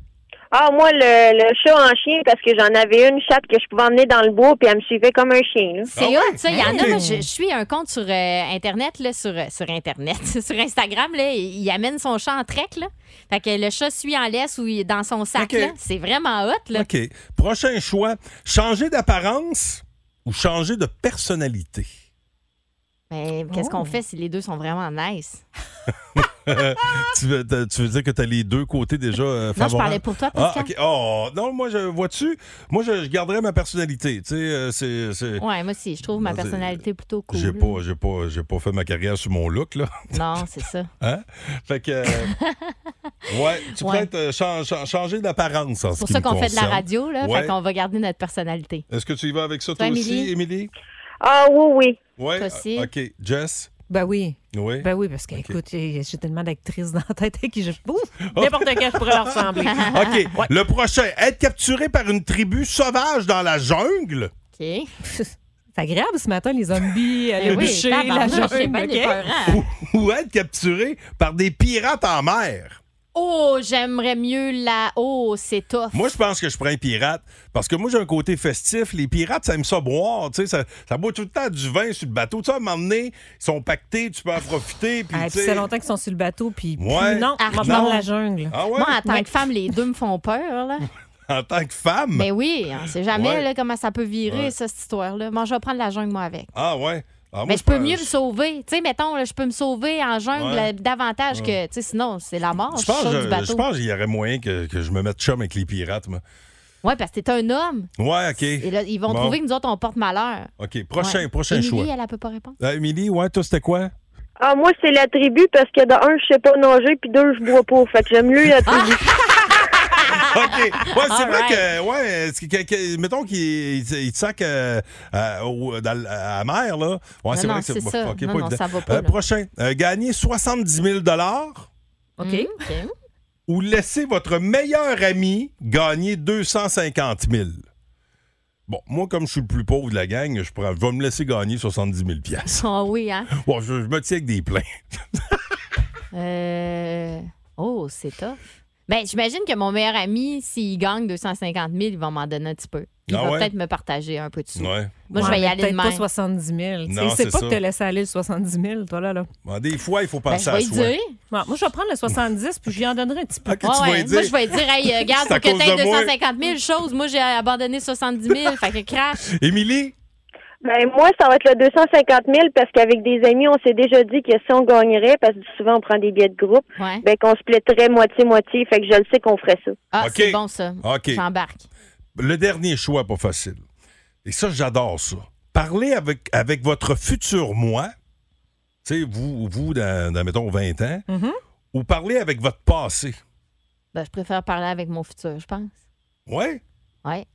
[SPEAKER 14] Ah, moi, le, le chat en chien, parce que j'en avais une chatte que je pouvais emmener dans le bois, puis elle me suivait comme un chien. là.
[SPEAKER 3] Ah
[SPEAKER 5] C'est hot, ça. Il y en a,
[SPEAKER 14] Ok.
[SPEAKER 5] moi, je, je suis un compte sur euh, Internet, là, sur, euh, sur Internet, *laughs* sur Instagram, là, il, il amène son chat en trek, là. Fait que le chat suit en laisse ou il est dans son sac,
[SPEAKER 3] Ok.
[SPEAKER 5] là. C'est vraiment hot, là.
[SPEAKER 3] OK. Prochain choix, changer d'apparence ou changer de personnalité?
[SPEAKER 5] Mais qu'est-ce
[SPEAKER 3] Oh.
[SPEAKER 5] qu'on fait si les deux sont vraiment nice?
[SPEAKER 3] tu, veux, t'as- tu veux dire que tu as les deux côtés déjà euh, favorables?
[SPEAKER 5] parlais pour toi, Pascal.
[SPEAKER 3] Ah, ok. Oh, non, moi, je vois-tu, moi, je, je garderais ma personnalité. Tu sais, euh, c'est. c'est-
[SPEAKER 5] Ouais, moi aussi, je trouve ma
[SPEAKER 3] Non, c'est-
[SPEAKER 5] personnalité plutôt Oh, cool.
[SPEAKER 3] J'ai pas, j'ai pas, j'ai pas fait ma carrière sur mon look, là. *laughs*
[SPEAKER 5] Non, c'est ça.
[SPEAKER 3] Hein? Fait que. euh, ouais, tu peux
[SPEAKER 5] Ouais.
[SPEAKER 3] être euh, chan- chan- changer d'apparence en ce
[SPEAKER 5] C'est pour
[SPEAKER 3] qui
[SPEAKER 5] ça
[SPEAKER 3] me
[SPEAKER 5] qu'on fait de la
[SPEAKER 3] concerne.
[SPEAKER 5] radio, là.
[SPEAKER 3] Ouais.
[SPEAKER 5] Fait qu'on va garder notre personnalité.
[SPEAKER 3] Est-ce que tu y vas avec ça,
[SPEAKER 5] Toi,
[SPEAKER 3] toi, aussi, Émilie?
[SPEAKER 14] Ah oui,
[SPEAKER 5] oui.
[SPEAKER 3] Ouais.
[SPEAKER 5] Toi aussi.
[SPEAKER 3] ah, OK. Jess?
[SPEAKER 11] Ben oui.
[SPEAKER 3] Oui.
[SPEAKER 11] Ben oui, parce que, écoute, j'ai tellement d'actrices dans la tête à qui je.
[SPEAKER 6] Oh.
[SPEAKER 11] Ouf! N'importe quelle, je pourrais
[SPEAKER 6] *laughs*
[SPEAKER 11] leur ressembler.
[SPEAKER 3] OK.
[SPEAKER 11] Ah,
[SPEAKER 3] Le prochain, être capturé par une tribu sauvage dans la jungle.
[SPEAKER 5] OK.
[SPEAKER 11] C'est agréable ce matin, les
[SPEAKER 6] Eh
[SPEAKER 11] zombies,
[SPEAKER 3] Ben
[SPEAKER 11] les
[SPEAKER 3] oui,
[SPEAKER 11] bûchers, la
[SPEAKER 3] tabarnouche, c'est
[SPEAKER 11] jungle.
[SPEAKER 5] bien hein.
[SPEAKER 11] OK?
[SPEAKER 5] épeurant.
[SPEAKER 3] Ou, ou être capturé par des pirates en mer.
[SPEAKER 5] Oh, j'aimerais mieux la. Oh, c'est tough.
[SPEAKER 3] Moi, je pense que je prends un pirate parce que moi, j'ai un côté festif. Les pirates, ça aime ça boire. Tu sais, ça, ça boit tout le temps du vin sur le bateau. Tu sais, à un moment donné, ils sont pactés, tu peux en profiter. Puis,
[SPEAKER 11] Ah,
[SPEAKER 3] tu
[SPEAKER 11] puis
[SPEAKER 3] sais-
[SPEAKER 11] c'est longtemps qu'ils sont sur le bateau, puis
[SPEAKER 3] Ouais.
[SPEAKER 11] non,
[SPEAKER 3] Ah,
[SPEAKER 11] on
[SPEAKER 3] non.
[SPEAKER 11] dans la jungle.
[SPEAKER 3] Ah ouais?
[SPEAKER 5] Moi, en tant que femme, les deux me font peur, là.
[SPEAKER 3] En tant que femme?
[SPEAKER 5] Mais Ben oui, on sait jamais
[SPEAKER 3] Ben Ouais.
[SPEAKER 5] là, comment ça peut virer,
[SPEAKER 3] Ouais.
[SPEAKER 5] ça, cette histoire-là. Moi, je vais prendre la jungle, moi, avec.
[SPEAKER 3] Ah ouais? Ah, moi,
[SPEAKER 5] Mais je peux
[SPEAKER 3] prends-
[SPEAKER 5] mieux me sauver. Tu sais, mettons, là, je peux me sauver en jungle
[SPEAKER 3] Ouais.
[SPEAKER 5] euh, davantage
[SPEAKER 3] Ouais.
[SPEAKER 5] que. Tu sais, sinon, c'est la mort.
[SPEAKER 3] Je
[SPEAKER 5] Je,
[SPEAKER 3] pense,
[SPEAKER 5] saute
[SPEAKER 3] je,
[SPEAKER 5] du
[SPEAKER 3] je
[SPEAKER 5] bateau.
[SPEAKER 3] pense qu'il y aurait moyen que, que je me mette chum avec les pirates. moi.
[SPEAKER 5] Oui, parce que t'es un homme.
[SPEAKER 3] Ouais, OK.
[SPEAKER 5] Et là, ils vont
[SPEAKER 3] Bon.
[SPEAKER 5] trouver que nous autres, on porte malheur.
[SPEAKER 3] OK, prochain,
[SPEAKER 5] Ouais.
[SPEAKER 3] prochain
[SPEAKER 5] Émilie,
[SPEAKER 3] choix.
[SPEAKER 5] elle, elle peut pas répondre.
[SPEAKER 3] Euh, Émilie, ouais, toi, c'était quoi?
[SPEAKER 14] Ah, moi, c'est la tribu parce que, de un, je sais pas nager, puis deux, je bois pas. Fait que j'aime mieux la tribu.
[SPEAKER 3] OK. Ouais, c'est vrai
[SPEAKER 14] Alright.
[SPEAKER 3] que, ouais, c'est que- que- mettons qu'il il, il te sac euh, à, au- dans le- à la mer, là. Ouais,
[SPEAKER 5] Non,
[SPEAKER 3] Ah, c'est vrai
[SPEAKER 5] non,
[SPEAKER 3] que c'est
[SPEAKER 5] c'est ça.
[SPEAKER 3] OK,
[SPEAKER 5] Non, non,
[SPEAKER 3] évident.
[SPEAKER 5] ça va pas,
[SPEAKER 3] Euh,
[SPEAKER 5] là.
[SPEAKER 3] prochain, euh, gagner 70 000
[SPEAKER 11] OK.
[SPEAKER 3] ou laisser votre meilleur ami gagner 250 000 Bon, moi, comme je suis le plus pauvre de la gang, je, prends, je vais me laisser gagner 70 000
[SPEAKER 5] *laughs* Ah oui, hein?
[SPEAKER 3] *laughs* Bon, je, je me tiens avec des pleins.
[SPEAKER 5] Euh, Oh, c'est tough. Ben, j'imagine que mon meilleur ami, s'il gagne 250 000, il va m'en donner un petit peu. Il
[SPEAKER 11] Ah
[SPEAKER 5] va
[SPEAKER 11] ouais?
[SPEAKER 5] peut-être me partager un peu de sous.
[SPEAKER 3] Ouais.
[SPEAKER 5] Moi, je
[SPEAKER 11] Ouais,
[SPEAKER 5] vais y
[SPEAKER 11] mais
[SPEAKER 5] aller de
[SPEAKER 11] Peut-être pas
[SPEAKER 5] même.
[SPEAKER 11] 70 000. tu sais,
[SPEAKER 3] Non,
[SPEAKER 11] c'est
[SPEAKER 3] c'est
[SPEAKER 11] pas
[SPEAKER 3] ça.
[SPEAKER 11] que te laisser aller le 70 000, toi, là. là.
[SPEAKER 3] Bon, des fois, il faut
[SPEAKER 5] Ben,
[SPEAKER 3] penser à soi. *laughs*
[SPEAKER 11] Bon, moi, je vais prendre le 70 puis j'y en donnerai un petit peu.
[SPEAKER 3] tu vas y dire.
[SPEAKER 5] Moi, je vais dire, hey, euh, regarde,
[SPEAKER 3] *laughs* C'est à
[SPEAKER 5] pour que
[SPEAKER 3] cause
[SPEAKER 5] tu
[SPEAKER 3] de moi.
[SPEAKER 5] 250 000 choses, moi, j'ai abandonné 70 000, fait que crash.
[SPEAKER 3] Émilie?
[SPEAKER 14] Ben, moi, ça va être le 250 000 parce qu'avec des amis, on s'est déjà dit que si on gagnerait, parce que souvent on prend des billets de groupe, ben, qu'on splitterait moitié-moitié. Fait que je le sais qu'on ferait ça.
[SPEAKER 5] Ah,
[SPEAKER 3] OK.
[SPEAKER 5] c'est bon, ça.
[SPEAKER 3] OK.
[SPEAKER 5] J'embarque.
[SPEAKER 3] Le dernier choix, pas facile. Et ça, j'adore ça. Parler avec, avec votre futur moi, tu sais, vous, vous dans, dans, mettons, 20 ans,
[SPEAKER 5] Mm-hmm.
[SPEAKER 3] ou parler avec votre passé.
[SPEAKER 5] Ben, je préfère parler avec mon futur, je pense.
[SPEAKER 3] Ouais?
[SPEAKER 5] Ouais.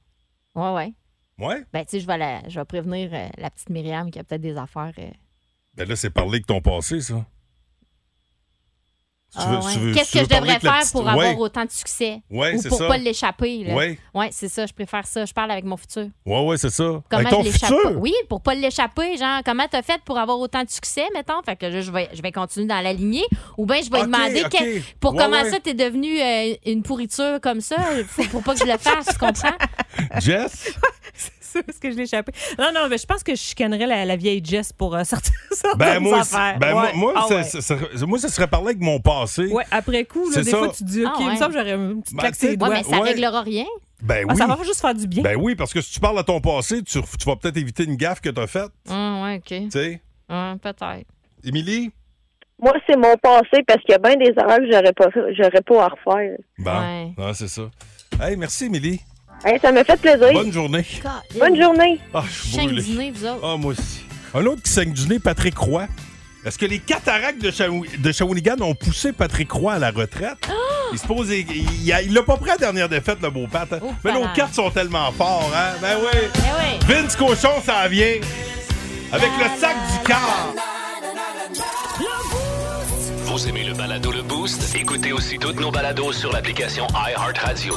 [SPEAKER 5] Ouais, ouais.
[SPEAKER 3] Ouais?
[SPEAKER 5] Ben, tu sais, je vais la- je vais prévenir euh, la petite Myriam qui a peut-être des affaires. euh,
[SPEAKER 3] Ben là, c'est parler avec ton passé, ça. Tu
[SPEAKER 5] Ah
[SPEAKER 3] veux-
[SPEAKER 5] ouais.
[SPEAKER 3] tu veux-
[SPEAKER 5] Qu'est-ce
[SPEAKER 3] tu
[SPEAKER 5] que
[SPEAKER 3] veux
[SPEAKER 5] je devrais
[SPEAKER 3] parler avec la
[SPEAKER 5] faire
[SPEAKER 3] petite-
[SPEAKER 5] pour avoir
[SPEAKER 3] Ouais.
[SPEAKER 5] autant de succès?
[SPEAKER 3] Ouais,
[SPEAKER 5] Ou
[SPEAKER 3] c'est
[SPEAKER 5] pour
[SPEAKER 3] ça.
[SPEAKER 5] pas l'échapper? là?
[SPEAKER 3] Ouais.
[SPEAKER 5] ouais c'est ça, je préfère ça. Je parle avec mon futur.
[SPEAKER 3] Ouais, ouais, c'est ça.
[SPEAKER 5] Comment
[SPEAKER 3] avec ton
[SPEAKER 5] je l'échappe pas?
[SPEAKER 3] futur. *laughs*
[SPEAKER 5] Oui, pour pas l'échapper, genre, comment t'as fait pour avoir autant de succès, mettons? Fait que là, je vais, je vais continuer dans la lignée. Ou bien, je vais
[SPEAKER 12] Ok,
[SPEAKER 5] demander
[SPEAKER 12] ok.
[SPEAKER 5] que- pour
[SPEAKER 12] Ouais,
[SPEAKER 5] comment
[SPEAKER 12] ouais.
[SPEAKER 5] ça t'es devenu euh, une pourriture comme ça, faut- pour pas que je le fasse, tu comprends?
[SPEAKER 3] Jess?
[SPEAKER 11] *laughs*
[SPEAKER 5] *laughs*
[SPEAKER 11] c'est ce que je l'ai échappé. Non, non, mais je pense que je chicanerais la, la vieille Jess pour euh, sortir ça.
[SPEAKER 3] Ben, moi, aussi-
[SPEAKER 11] affaires.
[SPEAKER 3] ben moi,
[SPEAKER 11] Ouais.
[SPEAKER 3] moi,
[SPEAKER 11] Ah
[SPEAKER 3] ça-
[SPEAKER 11] ouais.
[SPEAKER 3] ça- ça- moi, ça serait parler avec mon passé.
[SPEAKER 11] Ouais, après coup, là,
[SPEAKER 3] C'est
[SPEAKER 11] des
[SPEAKER 3] ça.
[SPEAKER 11] fois, tu te dis, OK,
[SPEAKER 5] Ah
[SPEAKER 11] il me
[SPEAKER 5] ouais.
[SPEAKER 11] semble que j'aurais une petite
[SPEAKER 3] Ben,
[SPEAKER 11] claque
[SPEAKER 3] tu sais,
[SPEAKER 11] ses doigts.
[SPEAKER 5] mais ça
[SPEAKER 3] ouais.
[SPEAKER 5] réglera rien.
[SPEAKER 3] Ben
[SPEAKER 11] Ah,
[SPEAKER 3] oui.
[SPEAKER 11] ça va juste faire du bien.
[SPEAKER 3] Ben oui, parce que si tu parles à ton passé, tu, tu vas peut-être éviter une gaffe que t'as faite.
[SPEAKER 5] Ah, ouais, OK.
[SPEAKER 3] Tu sais?
[SPEAKER 5] Ah, peut-être.
[SPEAKER 3] Émilie?
[SPEAKER 14] Moi, c'est mon passé parce qu'il y a bien des erreurs que j'aurais pas, j'aurais pas à refaire.
[SPEAKER 3] Bon. Ah, c'est ça. Hey, merci, Émilie.
[SPEAKER 14] Hey, ça m'a fait plaisir.
[SPEAKER 3] Bonne journée.
[SPEAKER 14] Bonne journée.
[SPEAKER 3] Ah, je suis
[SPEAKER 14] Saigne
[SPEAKER 3] brûlé.
[SPEAKER 14] du nez, vous autres.
[SPEAKER 3] Ah, moi aussi. Un autre qui saigne du nez, Patrick Roy. Est-ce que les cataractes de, Shaw- de Shawinigan ont poussé Patrick Roy à la retraite? Il se pose. Il il a- il l'a pas pris à la dernière défaite, le beau Pat. hein? Mais nos
[SPEAKER 2] là.
[SPEAKER 3] cartes sont tellement forts, hein? Ben oui.
[SPEAKER 5] Ben
[SPEAKER 3] Vince Cochon, ça vient. Avec le sac du corps.
[SPEAKER 2] Vous aimez le balado Le Boost? Écoutez aussi toutes nos balados sur l'application iHeartRadio.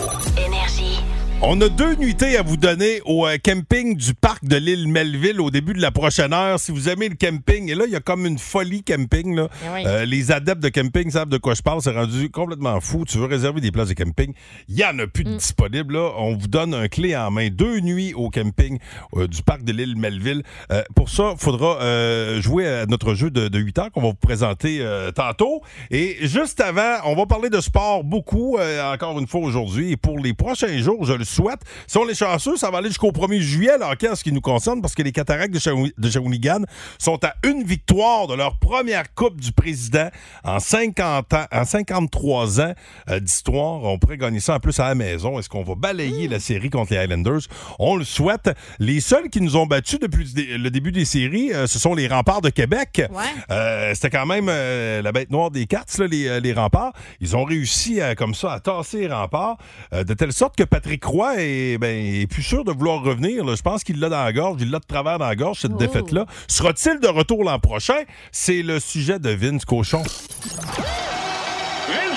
[SPEAKER 2] Énergie.
[SPEAKER 3] On a deux nuitées à vous donner au euh, camping du parc de l'île Melville au début de la prochaine heure. Si vous aimez le camping, et là, il y a comme une folie camping. Là.
[SPEAKER 2] Ah oui.
[SPEAKER 3] Euh, les adeptes de camping savent de quoi je parle. C'est rendu complètement fou. Tu veux réserver des places de camping. Il n'y en a plus de disponibles. là. On vous donne un clé en main. Deux nuits au camping euh, du parc de l'île Melville. Euh, pour ça, il faudra euh, jouer à notre jeu de, de 8 heures qu'on va vous présenter euh, tantôt. Et juste avant, on va parler de sport beaucoup, euh, encore une fois, aujourd'hui. Et pour les prochains jours, je le souhaite. Si on est chanceux, ça va aller jusqu'au 1er juillet, là, hockey, en ce qui nous concerne, parce que les cataractes de, Shaw- de Shawinigan sont à une victoire de leur première Coupe du Président en, 50 ans, en 53 ans euh, d'histoire. On pourrait gagner ça en plus à la maison. Est-ce qu'on va balayer la série contre les Highlanders? On le souhaite. Les seuls qui nous ont battus depuis le dé- le début des séries, euh, ce sont les remparts de Québec. Euh, C'était quand même euh, la bête noire des cartes, là, les, euh, les remparts. Ils ont réussi à, comme ça à tasser les remparts euh, de telle sorte que Patrick Roy est, ben, est plus sûr de vouloir revenir. là. Je pense qu'il l'a dans la gorge, il l'a de travers dans la gorge, cette défaite-là. Sera-t-il de retour l'an prochain? C'est le sujet de Vince Cochon. *laughs*
[SPEAKER 12] Vince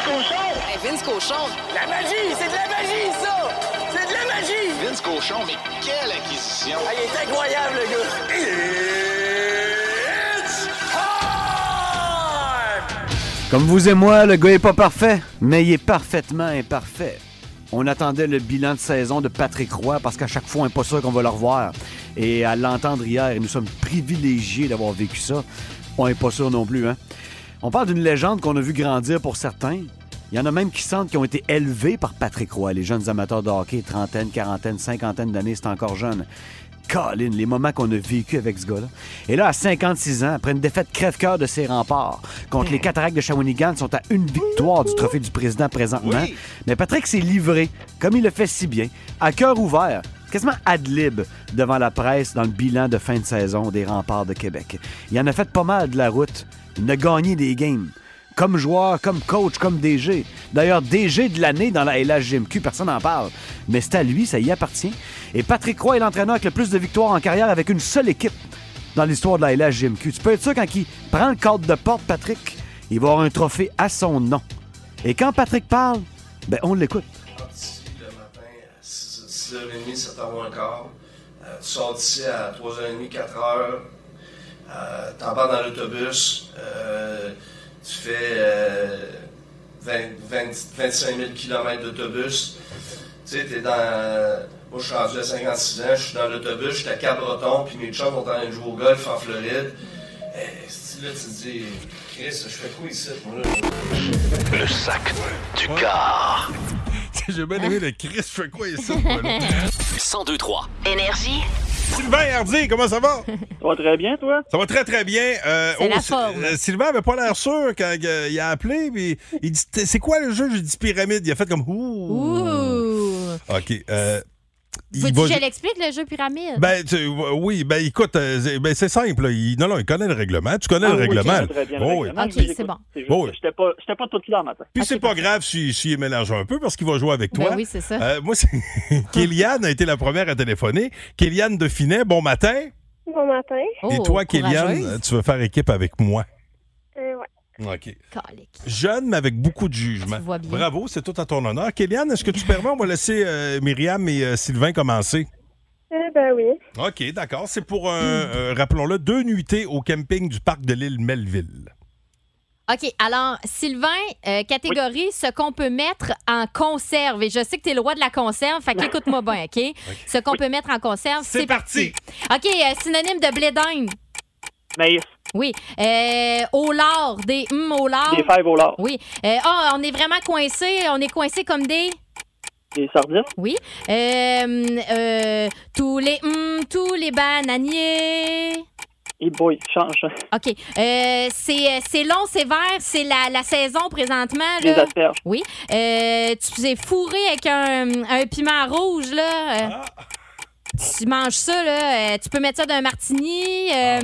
[SPEAKER 12] Cochon! Vince Cochon! La magie! C'est de la magie, ça! C'est de la magie! Vince Cochon, mais quelle acquisition! il est incroyable, le gars! It's
[SPEAKER 13] Comme vous et moi, le gars est pas parfait, mais il est parfaitement imparfait. On attendait le bilan de saison de Patrick Roy parce qu'à chaque fois, on n'est pas sûr qu'on va le revoir. Et à l'entendre hier, et nous sommes privilégiés d'avoir vécu ça, on n'est pas sûr non plus. Hein? On parle d'une légende qu'on a vu grandir pour certains. Il y en a même qui sentent qu'ils ont été élevés par Patrick Roy. Les jeunes amateurs de hockey, trentaine, quarantaine, cinquantaine d'années, c'est encore jeune. Colin, les moments qu'on a vécu avec ce gars-là. Et là, à 56 ans, après une défaite crève-cœur de ses remparts contre les cataractes de Shawinigan, ils sont à une victoire du trophée du président présentement. Mais Patrick s'est livré, comme il le fait si bien, à cœur ouvert, quasiment ad lib devant la presse dans le bilan de fin de saison des remparts de Québec. Il en a fait pas mal de la route. Il a gagné des games comme joueur, comme coach, comme DG. D'ailleurs, DG de l'année dans la LHGMQ, personne n'en parle. Mais c'est à lui, ça y appartient. Et Patrick Roy est l'entraîneur avec le plus de victoires en carrière avec une seule équipe dans l'histoire de la LHGMQ. Tu peux être sûr, quand il prend le cadre de porte, Patrick, il va avoir un trophée à son nom. Et quand Patrick parle, ben on l'écoute.
[SPEAKER 15] d'ici le matin à 6 6h30, 7h moins quart. Euh, tu sors d'ici à 3h30, 4h. Euh, T'embarques dans l'autobus. Euh, tu fais euh, 20 20 25 000 km d'autobus. Tu sais, t'es dans. moi, je suis rendu à 56 ans, je suis dans l'autobus, je suis à Cabreton, puis mes chums sont en train de jouer au golf en Floride. Et, si là, tu te dis, Chris, je fais quoi ici, moi, là? Le sac du car.
[SPEAKER 3] J'ai bien aimé le Chris, je fais quoi ici?
[SPEAKER 2] 102-3.
[SPEAKER 16] Énergie.
[SPEAKER 3] Sylvain Hardy, comment ça va?
[SPEAKER 17] *laughs* Ça va très bien, toi?
[SPEAKER 3] Ça va très, très bien. Euh,
[SPEAKER 17] C'est la
[SPEAKER 3] Sy-
[SPEAKER 17] forme.
[SPEAKER 3] euh, Sylvain avait pas l'air sûr quand euh, il a appelé. Puis il dit T'es- C'est quoi le jeu? J'ai dit Pyramide. Il a fait comme Ouh. OK. euh, il
[SPEAKER 5] Veux-tu
[SPEAKER 3] va-
[SPEAKER 5] que je l'explique, le jeu pyramide?
[SPEAKER 3] ben, tu- euh, oui, ben écoute, euh, c'est- ben, c'est simple. là. Il, non, non, il connaît le règlement. Tu connais
[SPEAKER 17] Ah
[SPEAKER 3] le
[SPEAKER 17] oui,
[SPEAKER 3] règlement.
[SPEAKER 17] je connais très bien le
[SPEAKER 3] Oh, oui.
[SPEAKER 17] règlement.
[SPEAKER 5] OK,
[SPEAKER 17] Je vous
[SPEAKER 5] c'est
[SPEAKER 17] écoute.
[SPEAKER 5] bon.
[SPEAKER 17] C'est juste
[SPEAKER 3] Oh
[SPEAKER 17] que
[SPEAKER 3] oui.
[SPEAKER 17] J'étais pas, j'étais pas tout là matin. Ah,
[SPEAKER 3] Puis c'est pas grave s'il si, est mélangé un peu parce qu'il va jouer avec
[SPEAKER 17] Ben
[SPEAKER 3] toi.
[SPEAKER 17] oui, c'est ça.
[SPEAKER 3] Euh, moi, c'est... *laughs* Kéliane a été la première à téléphoner. Kéliane de Finet, bon matin.
[SPEAKER 18] Bon matin.
[SPEAKER 5] Oh,
[SPEAKER 3] Et toi, Kéliane, tu veux faire équipe avec moi.
[SPEAKER 18] Euh, ouais.
[SPEAKER 3] OK. Jeune, mais avec beaucoup de jugement. Ben, Bravo, c'est tout à ton honneur. Kéliane, est-ce que tu permets, on va laisser euh, Myriam et euh, Sylvain commencer.
[SPEAKER 18] Eh ben oui.
[SPEAKER 3] OK, d'accord. C'est pour, un-
[SPEAKER 5] Mm.
[SPEAKER 3] euh, rappelons-le, deux nuitées au camping du parc de l'île Melville.
[SPEAKER 5] OK, alors, Sylvain, euh, catégorie, ce qu'on peut mettre en conserve. Et je sais que tu es le roi de la conserve,
[SPEAKER 17] *laughs*
[SPEAKER 5] fait qu'écoute-moi bien, OK? Ce qu'on peut mettre en conserve, c'est parti. OK, euh, synonyme de blé d'Inde.
[SPEAKER 17] Maïs,
[SPEAKER 5] Oui. Euh, au lard, des hum au lard.
[SPEAKER 17] des fèves au lard,
[SPEAKER 5] Oui. Euh, Ah, on est vraiment coincé. On est coincé comme des.
[SPEAKER 17] des sardines,
[SPEAKER 5] Oui. Euh, euh, tous les hum, tous les bananiers.
[SPEAKER 17] et boy, change.
[SPEAKER 5] OK. Euh, c'est c'est long, c'est vert, c'est la, la saison présentement.
[SPEAKER 17] Des
[SPEAKER 5] là.
[SPEAKER 17] asperges.
[SPEAKER 5] Oui. Euh, tu t'es fourré avec un, un piment rouge, là. Euh, Tu manges ça, là. Euh, tu peux mettre ça d'un martini. euh,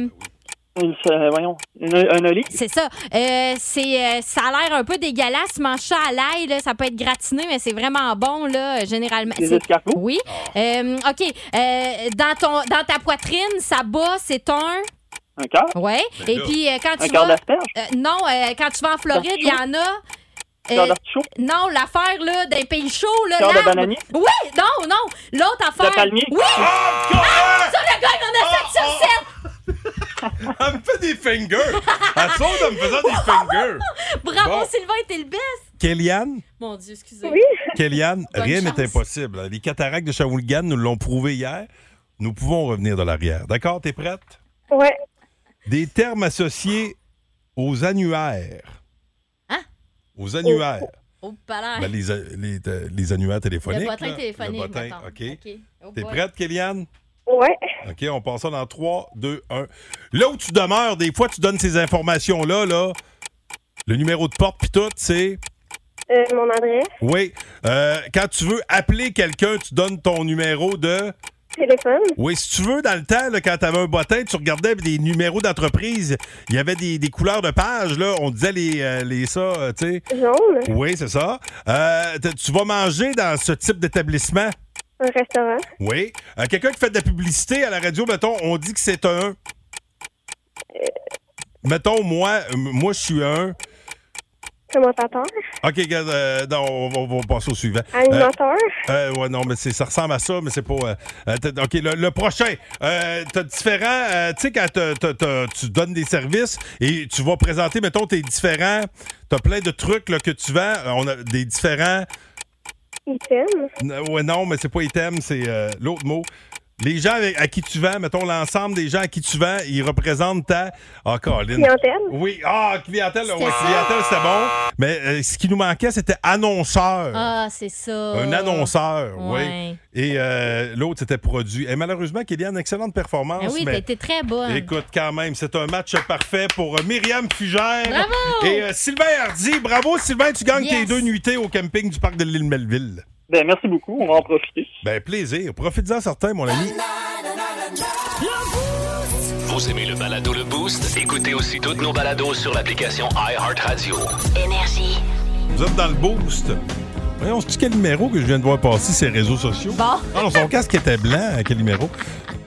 [SPEAKER 17] Une, euh, voyons, une, un olive.
[SPEAKER 5] C'est ça. Euh, c'est, euh, ça a l'air un peu dégueulasse. Mange ça à l'ail, là. ça peut être gratiné, mais c'est vraiment bon, là, euh, généralement.
[SPEAKER 17] Des
[SPEAKER 5] C'est-
[SPEAKER 17] escargots?
[SPEAKER 5] Oui. Euh, OK. Euh, dans, ton, dans ta poitrine, ça bat, c'est un...
[SPEAKER 17] Un cœur?
[SPEAKER 5] Oui.
[SPEAKER 17] Ben
[SPEAKER 5] Et
[SPEAKER 17] là.
[SPEAKER 5] puis, euh, quand
[SPEAKER 17] Un
[SPEAKER 5] tu
[SPEAKER 17] quart
[SPEAKER 5] vas...
[SPEAKER 17] d'asperge?
[SPEAKER 5] Euh, non, euh, quand tu vas en Floride, il y en a...
[SPEAKER 17] Cœur
[SPEAKER 5] euh,
[SPEAKER 17] d'artichaut?
[SPEAKER 5] non, l'affaire là, d'un pays chaud, là,
[SPEAKER 17] Cœur de
[SPEAKER 5] l'arbre.
[SPEAKER 17] bananier?
[SPEAKER 5] Oui, non, non. L'autre affaire.
[SPEAKER 17] palmier?
[SPEAKER 5] Oui!
[SPEAKER 17] Ah,
[SPEAKER 3] hein?
[SPEAKER 5] Ah, ça, le gars, il en a 7 sur 7!
[SPEAKER 3] Elle me fait des fingers. Elle saute en me faisant des fingers.
[SPEAKER 5] Bravo,
[SPEAKER 3] Bon.
[SPEAKER 5] Sylvain, t'es le best!
[SPEAKER 3] Kéliane,
[SPEAKER 5] Mon Dieu, excusez. Oui.
[SPEAKER 3] Kéliane,
[SPEAKER 5] Bonne
[SPEAKER 3] rien
[SPEAKER 5] chance.
[SPEAKER 3] n'est impossible. Les cataractes de Shawinigan nous l'ont prouvé hier. Nous pouvons revenir de l'arrière. D'accord, t'es prête?
[SPEAKER 18] Ouais.
[SPEAKER 3] Des termes associés aux annuaires. Hein? Aux annuaires.
[SPEAKER 5] Oh, pas l'air.
[SPEAKER 3] Ben, les, les, les annuaires téléphoniques.
[SPEAKER 5] Le bottin
[SPEAKER 3] là.
[SPEAKER 5] téléphonique,
[SPEAKER 3] Le bottin,
[SPEAKER 5] mettons.
[SPEAKER 3] OK.
[SPEAKER 5] OK. Oh
[SPEAKER 3] T'es
[SPEAKER 5] boy.
[SPEAKER 3] prête, Kéliane?
[SPEAKER 18] Ouais.
[SPEAKER 3] OK, on passe ça dans 3, 2, 1. Là où tu demeures, des fois, tu donnes ces informations-là, là. Le numéro de porte, puis tout, c'est...
[SPEAKER 18] Euh, mon adresse,
[SPEAKER 3] Oui. Euh, quand tu veux appeler quelqu'un, tu donnes ton numéro de...
[SPEAKER 18] téléphone.
[SPEAKER 3] Oui, si tu veux, dans le temps, là, quand tu avais un bottin, tu regardais des numéros d'entreprise. Il y avait des, des couleurs de page, là. On disait les, euh, les ça, euh, tu sais.
[SPEAKER 18] Jaune.
[SPEAKER 3] Oui, c'est ça. Euh, t- tu vas manger dans ce type d'établissement.
[SPEAKER 18] Un restaurant.
[SPEAKER 3] Oui. Euh, Quelqu'un qui fait de la publicité à la radio, mettons, on dit que c'est un. Mettons, moi, m- moi, je suis un.
[SPEAKER 18] Commentateur.
[SPEAKER 3] OK, regarde, euh, non, on va, on va passer au suivant. Euh,
[SPEAKER 18] Animateur.
[SPEAKER 3] euh, ouais, non, mais c'est- ça ressemble à ça, mais c'est pas. euh, euh, t'as- OK, le, le prochain. Euh, t'as différents. euh, tu sais, quand t'as- t'as- t'as- tu donnes des services et tu vas présenter, mettons, tes différents. T'as plein de trucs là, que tu vends. Euh, On a des différents.
[SPEAKER 18] Item.
[SPEAKER 3] N- Ouais, non, mais c'est pas item, c'est euh, l'autre mot. Les gens avec- à qui tu vends, mettons l'ensemble des gens à qui tu vends, ils représentent ta. Ah, Colin.
[SPEAKER 18] Clientèle.
[SPEAKER 3] Oui, ah, clientèle, oui,
[SPEAKER 5] C'était ça.
[SPEAKER 3] clientèle, c'était bon. Mais euh, ce qui nous manquait, c'était annonceur.
[SPEAKER 5] Ah, c'est ça.
[SPEAKER 3] Un annonceur,
[SPEAKER 5] Ouais.
[SPEAKER 3] oui. Et euh, l'autre, c'était produit. Et malheureusement, Kéliane, excellente performance.
[SPEAKER 5] Ah oui,
[SPEAKER 3] mais-
[SPEAKER 5] t'étais très bonne.
[SPEAKER 3] Écoute, quand même, c'est un match parfait pour euh, Myriam Fugère
[SPEAKER 5] Bravo!
[SPEAKER 3] et euh, Sylvain Hardy. Bravo, Sylvain, tu gagnes
[SPEAKER 5] Yes.
[SPEAKER 3] tes deux nuitées au camping du parc de l'île Melville.
[SPEAKER 17] Ben, merci beaucoup. On va en profiter.
[SPEAKER 3] Ben, plaisir. Profites-en certains, mon ami.
[SPEAKER 2] Vous aimez le balado Le Boost? Écoutez aussi toutes nos balados sur l'application iHeartRadio.
[SPEAKER 12] Énergie.
[SPEAKER 3] Vous êtes dans le boost. Voyons, c'est-tu quel numéro que je viens de voir passer ces réseaux sociaux? Ah
[SPEAKER 5] Bon.
[SPEAKER 3] Non, son casque était blanc, hein, quel numéro?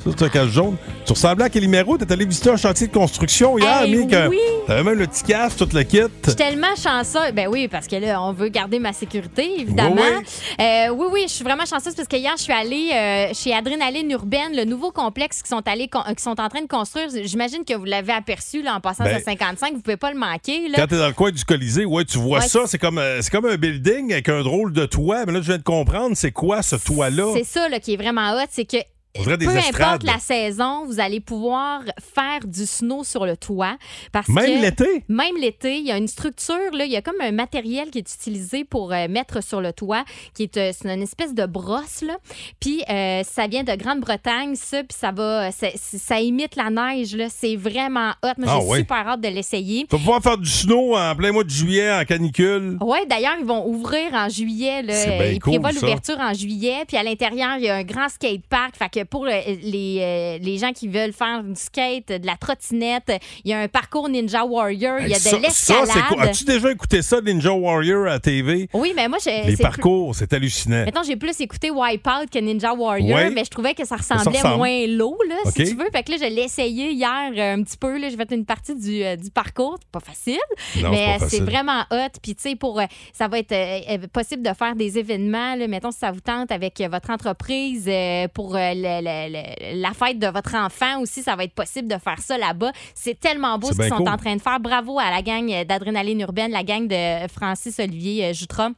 [SPEAKER 3] Ça, c'est un casque jaune. Tu ressemblais à quel numéro? T'es allé visiter un chantier de construction hier,
[SPEAKER 5] Eh
[SPEAKER 3] mec.
[SPEAKER 5] oui.
[SPEAKER 3] T'avais même le petit casque, tout le kit.
[SPEAKER 5] Je suis tellement chanceuse. Ben oui, parce que là, on veut garder ma sécurité, évidemment.
[SPEAKER 3] Oui,
[SPEAKER 5] Euh, oui, oui, je suis vraiment chanceuse parce que hier, je suis allée euh, chez Adrénaline Urbaine, le nouveau complexe qu'ils sont, allés con- euh, qu'ils sont en train de construire. J'imagine que vous l'avez aperçu là, en passant
[SPEAKER 3] Ben,
[SPEAKER 5] à 55. Vous pouvez pas le manquer. Là.
[SPEAKER 3] Quand t'es dans le coin du Colisée, ouais, tu vois
[SPEAKER 5] Ouais,
[SPEAKER 3] ça, c'est comme, euh, c'est comme un building avec un drôle de toit. Mais là, je viens de comprendre, c'est quoi ce toit-là?
[SPEAKER 5] C'est ça là, qui est vraiment hot, c'est que
[SPEAKER 3] euh, On dirait des
[SPEAKER 5] peu
[SPEAKER 3] estrades.
[SPEAKER 5] importe la saison, vous allez pouvoir faire du snow sur le toit. Parce
[SPEAKER 3] Même
[SPEAKER 5] que-
[SPEAKER 3] l'été?
[SPEAKER 5] Même l'été, il y a une structure, là, il y a comme un matériel qui est utilisé pour euh, mettre sur le toit, qui est euh, c'est une espèce de brosse. Là. Puis euh, ça vient de Grande-Bretagne, ça, puis ça va, ça, ça imite la neige. là. C'est vraiment hot. Moi,
[SPEAKER 3] Ah
[SPEAKER 5] j'ai
[SPEAKER 3] ouais.
[SPEAKER 5] super hâte de l'essayer.
[SPEAKER 3] Tu vas pouvoir faire du snow en plein mois de juillet, en canicule.
[SPEAKER 5] Oui, d'ailleurs, ils vont ouvrir en juillet. Là.
[SPEAKER 3] C'est bien
[SPEAKER 5] ils
[SPEAKER 3] cool,
[SPEAKER 5] prévoient
[SPEAKER 3] ça.
[SPEAKER 5] l'ouverture en juillet. Puis à l'intérieur, il y a un grand skatepark. Fait que pour euh, les, euh, les gens qui veulent faire du skate, de la trottinette, il y a un parcours Ninja Warrior, il y a
[SPEAKER 3] Hey, ça-
[SPEAKER 5] de
[SPEAKER 3] ça, c'est quoi?
[SPEAKER 5] l'escalade.
[SPEAKER 3] As-tu déjà écouté ça, Ninja Warrior, à la TV?
[SPEAKER 5] Oui, mais moi, je-
[SPEAKER 3] Les
[SPEAKER 5] Eh, c'est plus-
[SPEAKER 3] parcours, c'est hallucinant.
[SPEAKER 5] Mettons, j'ai plus écouté Wipeout que Ninja Warrior,
[SPEAKER 3] Ouais.
[SPEAKER 5] mais je trouvais que ça ressemblait
[SPEAKER 3] ressemble.
[SPEAKER 5] moins l'eau, là,
[SPEAKER 3] OK.
[SPEAKER 5] si tu veux. Fait que là, je l'ai essayé hier euh, un petit peu. Là, j'ai fait une partie du, euh, du parcours. C'est pas facile,
[SPEAKER 12] Non, c'est pas
[SPEAKER 5] mais euh, c'est
[SPEAKER 12] facile.
[SPEAKER 5] vraiment hot. Puis, tu sais, pour, euh, ça va être euh, euh, possible de faire des événements, là, mettons, si ça vous tente, avec euh, votre entreprise euh, pour euh, le- le- le- la fête de votre enfant aussi. Ça va être possible de faire ça là-bas. C'est tellement beau
[SPEAKER 12] C'est
[SPEAKER 5] ce qu'ils
[SPEAKER 12] bien
[SPEAKER 5] sont
[SPEAKER 12] cool.
[SPEAKER 5] en train de faire. Bravo à la gang euh, d'Adrénaline Urbaine, la gang de Francis Olivier euh, Jutras.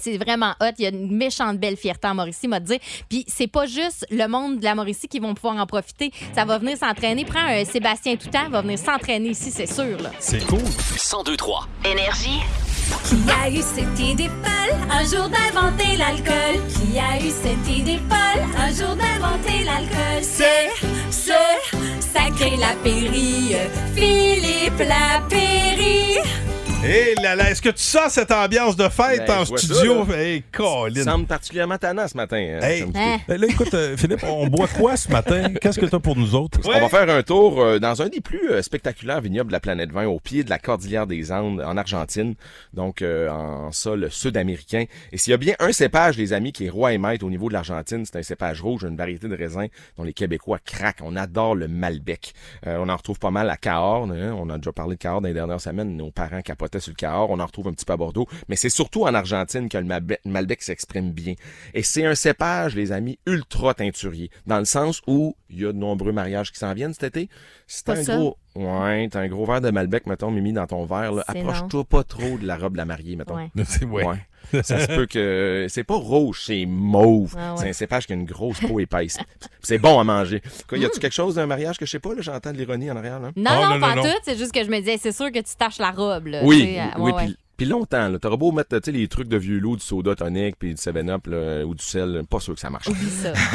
[SPEAKER 5] C'est vraiment hot. Il y a une méchante belle fierté en Mauricie, m'a dit. Puis c'est pas juste le monde de la Mauricie qui vont pouvoir en profiter. Ça va venir s'entraîner. Prends un Sébastien Toutan, va venir s'entraîner ici, c'est sûr. là.
[SPEAKER 3] C'est cool.
[SPEAKER 2] 102-3.
[SPEAKER 16] Énergie. Qui a eu cette idée folle un jour d'inventer l'alcool? Qui a eu cette idée folle un jour d'inventer l'alcool? C'est ce sacré Lapéry, Philippe Lapéry.
[SPEAKER 3] Hé Eh là là, est-ce que tu sens cette ambiance de fête
[SPEAKER 19] Ben,
[SPEAKER 3] en
[SPEAKER 19] je vois
[SPEAKER 3] studio?
[SPEAKER 19] ça, là.
[SPEAKER 3] Hé, Colin.
[SPEAKER 19] Ça semble particulièrement tannant ce matin. hein,
[SPEAKER 3] Hey,
[SPEAKER 19] comme tu
[SPEAKER 3] ben là, écoute, euh, Philippe, on boit quoi ce matin? Qu'est-ce que t'as pour nous autres?
[SPEAKER 19] On *laughs* va faire un tour euh, dans un des plus euh, spectaculaires vignobles de la planète 20, au pied de la cordillère des Andes, en Argentine, donc euh, en sol sud-américain. Et s'il y a bien un cépage, les amis, qui est roi et maître au niveau de l'Argentine, c'est un cépage rouge, une variété de raisin dont les Québécois craquent. On adore le Malbec. Euh, on en retrouve pas mal à Cahors. hein. On a déjà parlé de Cahors dans les dernières semaines. Nos parents capotaient sur le Cahors. On en retrouve un petit peu à Bordeaux. Mais c'est surtout en Argentine que le Malbec, Malbec s'exprime bien. Et c'est un cépage, les amis, ultra teinturier. Dans le sens où il y a de nombreux mariages qui s'en viennent cet été. C'est
[SPEAKER 12] Pas
[SPEAKER 19] un
[SPEAKER 12] ça.
[SPEAKER 19] gros. Ouais, t'as un gros verre de Malbec, mettons, Mimi, dans ton verre, là.
[SPEAKER 12] C'est
[SPEAKER 19] Approche-toi pas trop de la robe de la mariée, mettons.
[SPEAKER 12] Ouais.
[SPEAKER 19] Ouais. Ça se peut que. C'est pas rouge, c'est mauve.
[SPEAKER 12] Ah ouais.
[SPEAKER 19] C'est un cépage qui a une grosse peau épaisse. Puis c'est bon à manger. Quoi, y a-tu quelque chose d'un mariage que je sais pas, là? J'entends de l'ironie en arrière, là.
[SPEAKER 3] Ah,
[SPEAKER 5] Non, non, pas en tout. C'est juste que je me disais, c'est sûr que tu tâches la robe. là. Tu
[SPEAKER 19] Oui,
[SPEAKER 5] sais, euh,
[SPEAKER 19] oui,
[SPEAKER 5] ouais,
[SPEAKER 19] puis Puis longtemps, là, t'auras beau mettre tu sais, les trucs de vieux loup, du soda tonic, puis du 7-up là, ou du sel, là, pas sûr que ça marche.
[SPEAKER 3] *laughs*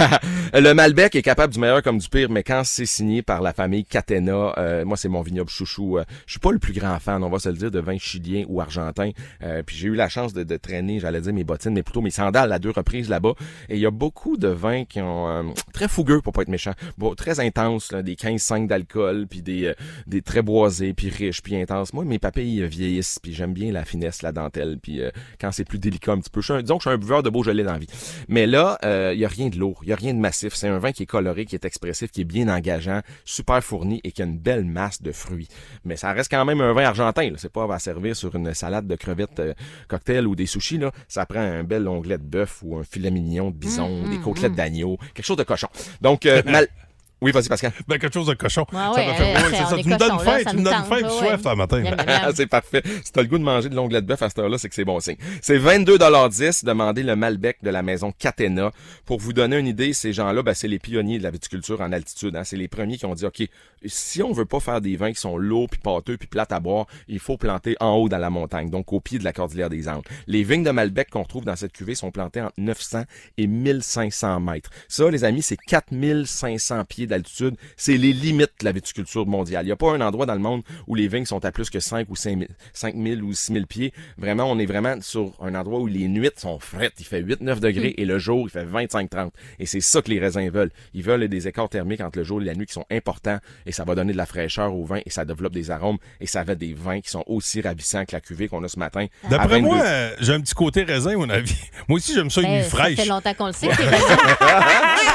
[SPEAKER 19] le Malbec est capable du meilleur comme du pire, mais quand c'est signé par la famille Catena, euh, moi c'est mon vignoble chouchou. euh, je suis pas le plus grand fan, on va se le dire, de vin chilien ou argentin. Euh, puis j'ai eu la chance de, de traîner, j'allais dire mes bottines, mais plutôt mes sandales à deux reprises là-bas. Et il y a beaucoup de vins qui ont euh, très fougueux pour pas être méchant, bon, très intense, là, des 15-5 d'alcool, puis des, euh, des très boisés, puis riches, puis intenses. Moi mes papilles euh, vieillissent, puis j'aime bien la finesse, la dentelle, puis euh, quand c'est plus délicat un petit peu. Je suis un- disons que je suis un buveur de Beaujolais dans la vie. Mais là, euh, il y a rien de lourd, il y a rien de massif. C'est un vin qui est coloré, qui est expressif, qui est bien engageant, super fourni et qui a une belle masse de fruits. Mais ça reste quand même un vin argentin. là. C'est pas à servir sur une salade de crevettes euh, cocktail ou des sushis. Là. Ça prend un bel onglet de bœuf ou un filet mignon de bison, des côtelettes d'agneau, quelque chose de cochon. Donc, euh, mal... Oui, vas-y, Pascal.
[SPEAKER 3] Ben, quelque chose de cochon.
[SPEAKER 19] Ah
[SPEAKER 3] Ça ouais, me fait- ouais, ouais, c'est ça. on Tu est me donnes cochon, là, faim, ça tu me me donnes tente, faim, puis je suis ouais. soif, ce matin. Ah, Miam, *laughs* miam.
[SPEAKER 19] *laughs* c'est parfait. Si t'as le goût de manger de l'onglet de bœuf à cette heure-là, c'est que c'est bon signe. C'est 22,10 Demandez le Malbec de la maison Catena. Pour vous donner une idée, ces gens-là, ben, c'est les pionniers de la viticulture en altitude. hein. C'est les premiers qui ont dit, OK, si on veut pas faire des vins qui sont lourds, puis pâteux, puis plates à boire, il faut planter en haut dans la montagne, donc au pied de la cordillère des Andes. Les vignes de Malbec qu'on trouve dans cette cuvée sont plantées entre 900 et 1500 mètres. Ça, les amis, c'est 4500 pieds d'altitude. C'est les limites de la viticulture mondiale. Il n'y a pas un endroit dans le monde où les vignes sont à plus que 5 ou 5000 5000 ou 6000 pieds. Vraiment, on est vraiment sur un endroit où les nuits sont frettes. Il fait 8-9 degrés et le jour, il fait 25-30. Et c'est ça que les raisins veulent. Ils veulent des écarts thermiques entre le jour et la nuit qui sont importants et ça va donner de la fraîcheur au vin et ça développe des arômes et ça va des vins qui sont aussi ravissants que la cuvée qu'on a ce matin. à
[SPEAKER 3] D'après
[SPEAKER 19] 22.
[SPEAKER 3] moi, euh, j'ai un petit côté raisin, à mon avis. Moi aussi, j'aime ça, une nuit
[SPEAKER 5] Ben,
[SPEAKER 3] fraîche. Ah,
[SPEAKER 5] Ça fait longtemps qu'on le
[SPEAKER 3] *laughs*
[SPEAKER 5] sait. t'es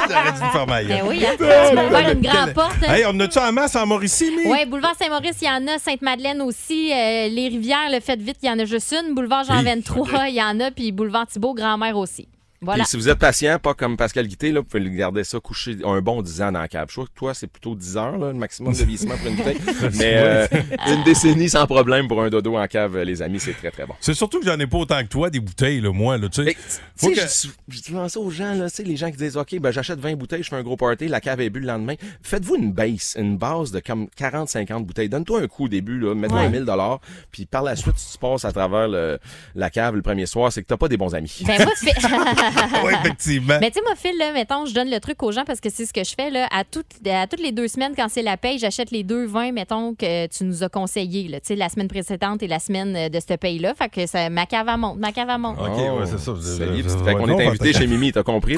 [SPEAKER 3] J'aurais dû me faire mal.
[SPEAKER 5] Ben oui, hein. Tu m'as ouvert une grande porte. hein.
[SPEAKER 3] Hey, on en a-tu en masse en Mauricie, mais?
[SPEAKER 5] Oui, boulevard Saint-Maurice, il y en a. Sainte-Madeleine aussi. euh, les rivières, le fait vite, il y en a juste une. Boulevard Jean
[SPEAKER 19] Hi,
[SPEAKER 5] 23,
[SPEAKER 3] *laughs*
[SPEAKER 5] il y en a. Puis boulevard Thibault, grand-mère aussi. Voilà.
[SPEAKER 19] Puis si vous êtes patient, pas comme Pascal Guité, là, vous pouvez le garder ça couché un bon 10 ans dans la cave. Je crois que toi, c'est plutôt 10 heures, là, le maximum de vieillissement pour une *laughs* bouteille. Mais euh, une décennie sans problème pour un dodo en cave, euh, les amis, c'est très, très bon.
[SPEAKER 3] C'est surtout que j'en ai pas autant que toi, des bouteilles, là, moi, là, tu sais. Faut
[SPEAKER 19] Tu
[SPEAKER 3] que-
[SPEAKER 19] sais, je, dis- je dis souvent ça aux gens, là, tu sais, les gens qui disent, OK, ben, j'achète 20 bouteilles, je fais un gros party, la cave est bu le lendemain. Faites-vous une base, une base de comme 40, 50 bouteilles. Donne-toi un coup au début, là, mets-toi
[SPEAKER 3] Ouais.
[SPEAKER 19] un 1000 dollars, puis par la suite, si tu passes à travers le- la cave le premier soir, c'est que t'as pas des bons amis.
[SPEAKER 5] Ben, moi, Phil- *laughs*
[SPEAKER 19] effectivement.
[SPEAKER 5] Ah. Mais tu sais, moi, Phil, là, mettons, je donne le truc aux gens parce que c'est ce que je fais. Là, à, toutes, à toutes les deux semaines, quand c'est la paye, j'achète les deux vins, mettons, que tu nous as conseillés, là, tu sais, la semaine précédente et la semaine euh, de cette paye-là. Fait que ça, ma cave à monte, ma cave à monte.
[SPEAKER 3] OK, ouais, c'est ça.
[SPEAKER 19] Oh, Ça y est,
[SPEAKER 3] ça
[SPEAKER 19] fait
[SPEAKER 3] va
[SPEAKER 19] qu'on
[SPEAKER 3] être long,
[SPEAKER 19] est invité
[SPEAKER 3] Pascal.
[SPEAKER 19] chez Mimi, t'as compris?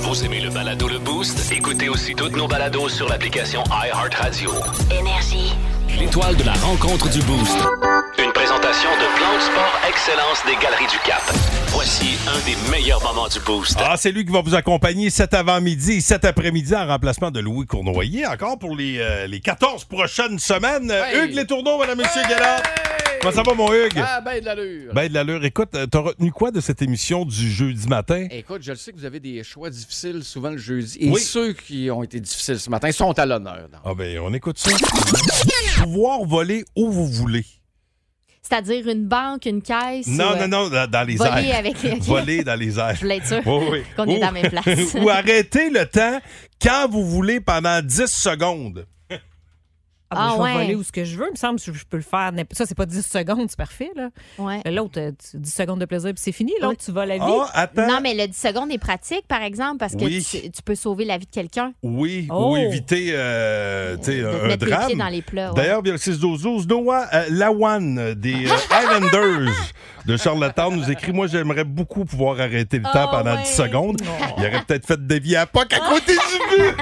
[SPEAKER 2] Vous aimez le balado Le Boost? Écoutez aussi toutes nos balados sur l'application iHeartRadio.
[SPEAKER 12] Énergie.
[SPEAKER 2] L'étoile de la rencontre du Boost. Une présentation de Plan de Sport Excellence des Galeries du Cap. Voici un des meilleurs moments du Boost.
[SPEAKER 3] Ah, c'est lui qui va vous accompagner cet avant-midi et cet après-midi en remplacement de Louis Cournoyer, encore pour les, euh, les 14 prochaines semaines. Euh, Hugues Les Tourneaux, madame, monsieur Gallard. Comment ça va, mon Hugues?
[SPEAKER 20] Ah, ben de l'allure.
[SPEAKER 3] Ben de l'allure. Écoute, euh, t'as retenu quoi de cette émission du jeudi
[SPEAKER 5] Eh.
[SPEAKER 3] matin?
[SPEAKER 20] Écoute, je le sais que vous avez des choix difficiles souvent le jeudi. Et
[SPEAKER 3] Oui.
[SPEAKER 20] ceux qui ont été difficiles ce matin sont à l'honneur.
[SPEAKER 3] Ah, ben, on écoute ça. Pouvoir voler où vous voulez.
[SPEAKER 5] C'est-à-dire une banque, une caisse.
[SPEAKER 3] Non,
[SPEAKER 5] ou, euh,
[SPEAKER 3] non, non, dans, dans les
[SPEAKER 5] voler
[SPEAKER 3] airs.
[SPEAKER 5] avec- ok.
[SPEAKER 3] Voler dans les airs.
[SPEAKER 5] Je voulais être sûre
[SPEAKER 3] Oui, Oh oui.
[SPEAKER 5] *laughs* qu'on est
[SPEAKER 3] Ou-
[SPEAKER 5] dans la même
[SPEAKER 3] *laughs*
[SPEAKER 5] place.
[SPEAKER 3] Ou arrêter le temps quand vous voulez pendant 10 secondes.
[SPEAKER 11] Ah, ben,
[SPEAKER 5] Ah,
[SPEAKER 11] je vais
[SPEAKER 5] ouais.
[SPEAKER 11] voler où ce que je veux, il me semble que je peux le faire. n'importe- Ça, c'est pas 10 secondes, c'est parfait. Là. L'autre, euh, tu- 10 secondes de plaisir, puis c'est fini. L'autre, tu vas
[SPEAKER 12] Ah
[SPEAKER 3] Ah,
[SPEAKER 11] la vie.
[SPEAKER 5] Non, mais le 10 secondes est pratique, par exemple, parce que
[SPEAKER 3] Oui.
[SPEAKER 5] tu, tu peux sauver la vie de quelqu'un.
[SPEAKER 3] Oui,
[SPEAKER 5] Oh.
[SPEAKER 3] ou éviter euh, tu sais, un, un
[SPEAKER 5] mettre les
[SPEAKER 3] drame.
[SPEAKER 5] pieds dans les plats, ouais.
[SPEAKER 3] D'ailleurs, via le 6 12 12 Noah euh, Lawan euh, des
[SPEAKER 5] *laughs*
[SPEAKER 3] euh, Highlanders de Charlottetown nous écrit Moi, j'aimerais beaucoup pouvoir arrêter le
[SPEAKER 5] Ah
[SPEAKER 3] temps pendant 10 secondes. Il aurait peut-être fait dévier à Pâques à côté du but.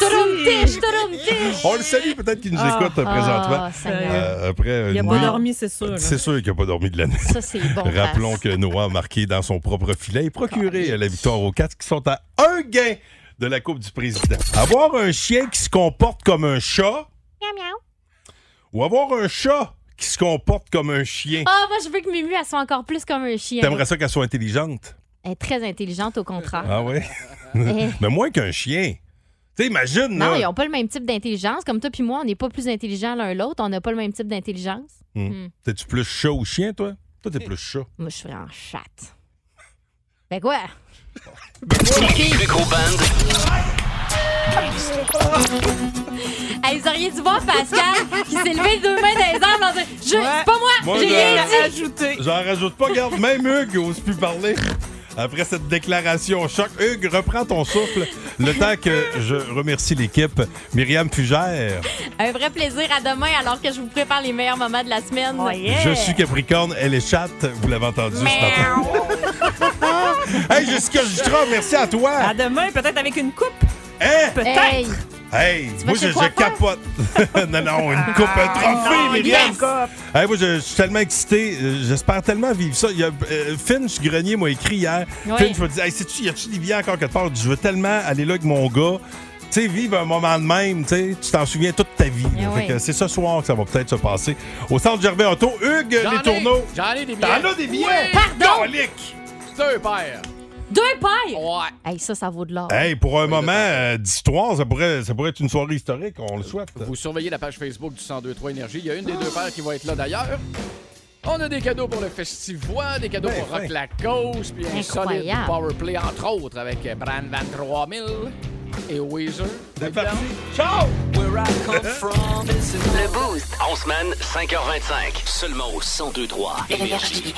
[SPEAKER 5] Tourum-tiche, tourum-tiche.
[SPEAKER 3] On le salue, peut-être qu'il nous
[SPEAKER 5] Ah,
[SPEAKER 3] écoute euh,
[SPEAKER 5] ah,
[SPEAKER 3] présentement.
[SPEAKER 5] Seigneur.
[SPEAKER 3] Euh, après
[SPEAKER 11] Il a
[SPEAKER 3] une
[SPEAKER 11] pas
[SPEAKER 3] nuit-
[SPEAKER 11] dormi, c'est sûr. là.
[SPEAKER 3] C'est sûr qu'il n'a pas dormi de la nuit.
[SPEAKER 5] Ça, c'est bon.
[SPEAKER 3] Rappelons que Noah a marqué dans son propre filet et procuré euh, la victoire aux quatre qui sont à un gain de la Coupe du Président. Avoir un chien qui se comporte comme un chat ou avoir un chat qui se comporte comme un chien.
[SPEAKER 5] Ah, moi, je veux que Mimu, elle soit encore plus comme un chien.
[SPEAKER 3] T'aimerais ça qu'elle soit intelligente?
[SPEAKER 5] Elle est très intelligente, au contraire.
[SPEAKER 3] Ah
[SPEAKER 5] *laughs*
[SPEAKER 3] ouais?
[SPEAKER 5] Eh.
[SPEAKER 3] Mais moins qu'un chien. Tu imagine,
[SPEAKER 5] Non,
[SPEAKER 3] là.
[SPEAKER 5] ils n'ont pas le même type d'intelligence. Comme toi puis moi, on n'est pas plus intelligents l'un l'autre. On n'a pas le même type d'intelligence.
[SPEAKER 3] Hmm.
[SPEAKER 5] Hmm.
[SPEAKER 3] T'es-tu plus chat ou chien, toi? Toi, t'es plus chat.
[SPEAKER 5] Moi, je suis en chatte. Ben quoi?
[SPEAKER 2] Plus gros band
[SPEAKER 5] Hey, vous auriez dû voir Pascal qui s'est levé deux mains dans les airs dans un- Je, c'est pas moi, j'ai rien dit.
[SPEAKER 3] ajouté. J'en rajoute pas, garde. Même Hugues n'ose plus parler. Après cette déclaration choc, Hugues, reprends ton souffle. Le temps que je remercie l'équipe, Myriam Fugère.
[SPEAKER 5] Un vrai plaisir à demain alors que je vous prépare les meilleurs moments de la semaine.
[SPEAKER 3] Je suis Capricorne, elle est chatte, vous l'avez entendu ce matin. *laughs* hey, Jessica Jutra, merci à toi. Hein?
[SPEAKER 11] À demain, peut-être avec une coupe. Peut-être.
[SPEAKER 5] Hey.
[SPEAKER 3] Hey,
[SPEAKER 11] Tu vas
[SPEAKER 3] moi
[SPEAKER 11] chez
[SPEAKER 3] je,
[SPEAKER 11] le
[SPEAKER 3] je
[SPEAKER 11] coiffeur?
[SPEAKER 3] capote. *laughs* non, non, une coupe, un trophée,
[SPEAKER 11] non,
[SPEAKER 3] Myriam.
[SPEAKER 11] yes.
[SPEAKER 3] Hey, moi, je, je suis tellement excité. Euh, J'espère tellement vivre ça. Il y a, euh, Finch Grenier m'a écrit hier.
[SPEAKER 2] Oui.
[SPEAKER 3] Finch m'a dit Hey, sais-tu, y a-tu des billets encore quelque part Je veux tellement aller là avec mon gars. Tu sais, vivre un moment de même, tu sais, tu t'en souviens toute ta vie. là.
[SPEAKER 2] Eh
[SPEAKER 3] Fait
[SPEAKER 2] oui.
[SPEAKER 3] que c'est ce soir que ça va peut-être se passer. Au centre Gervais Auto, Hugues
[SPEAKER 20] J'en ai,
[SPEAKER 3] Les Tourneaux.
[SPEAKER 20] J'en ai des billets.
[SPEAKER 3] T'en as des billets?
[SPEAKER 5] Pardon?
[SPEAKER 20] Deux paires.
[SPEAKER 5] Deux paires? Ouais. Hey, ça, ça vaut de l'or.
[SPEAKER 3] Hey, pour un moment euh, d'histoire, ça pourrait, ça pourrait être une soirée historique, on le souhaite.
[SPEAKER 20] Vous surveillez la page Facebook du 1023 Énergie. Il y a une des deux paires qui va être là d'ailleurs. On a des cadeaux pour le festival, des cadeaux
[SPEAKER 2] Ben,
[SPEAKER 20] pour Rock
[SPEAKER 2] fin.
[SPEAKER 20] la Cause, puis un solide
[SPEAKER 2] Incroyable.
[SPEAKER 20] powerplay, entre autres, avec Brand Van 3000 et Weezer. C'est
[SPEAKER 3] Ciao!
[SPEAKER 2] Le Boost. En semaine, 5h25. Seulement au 102.3 Énergie.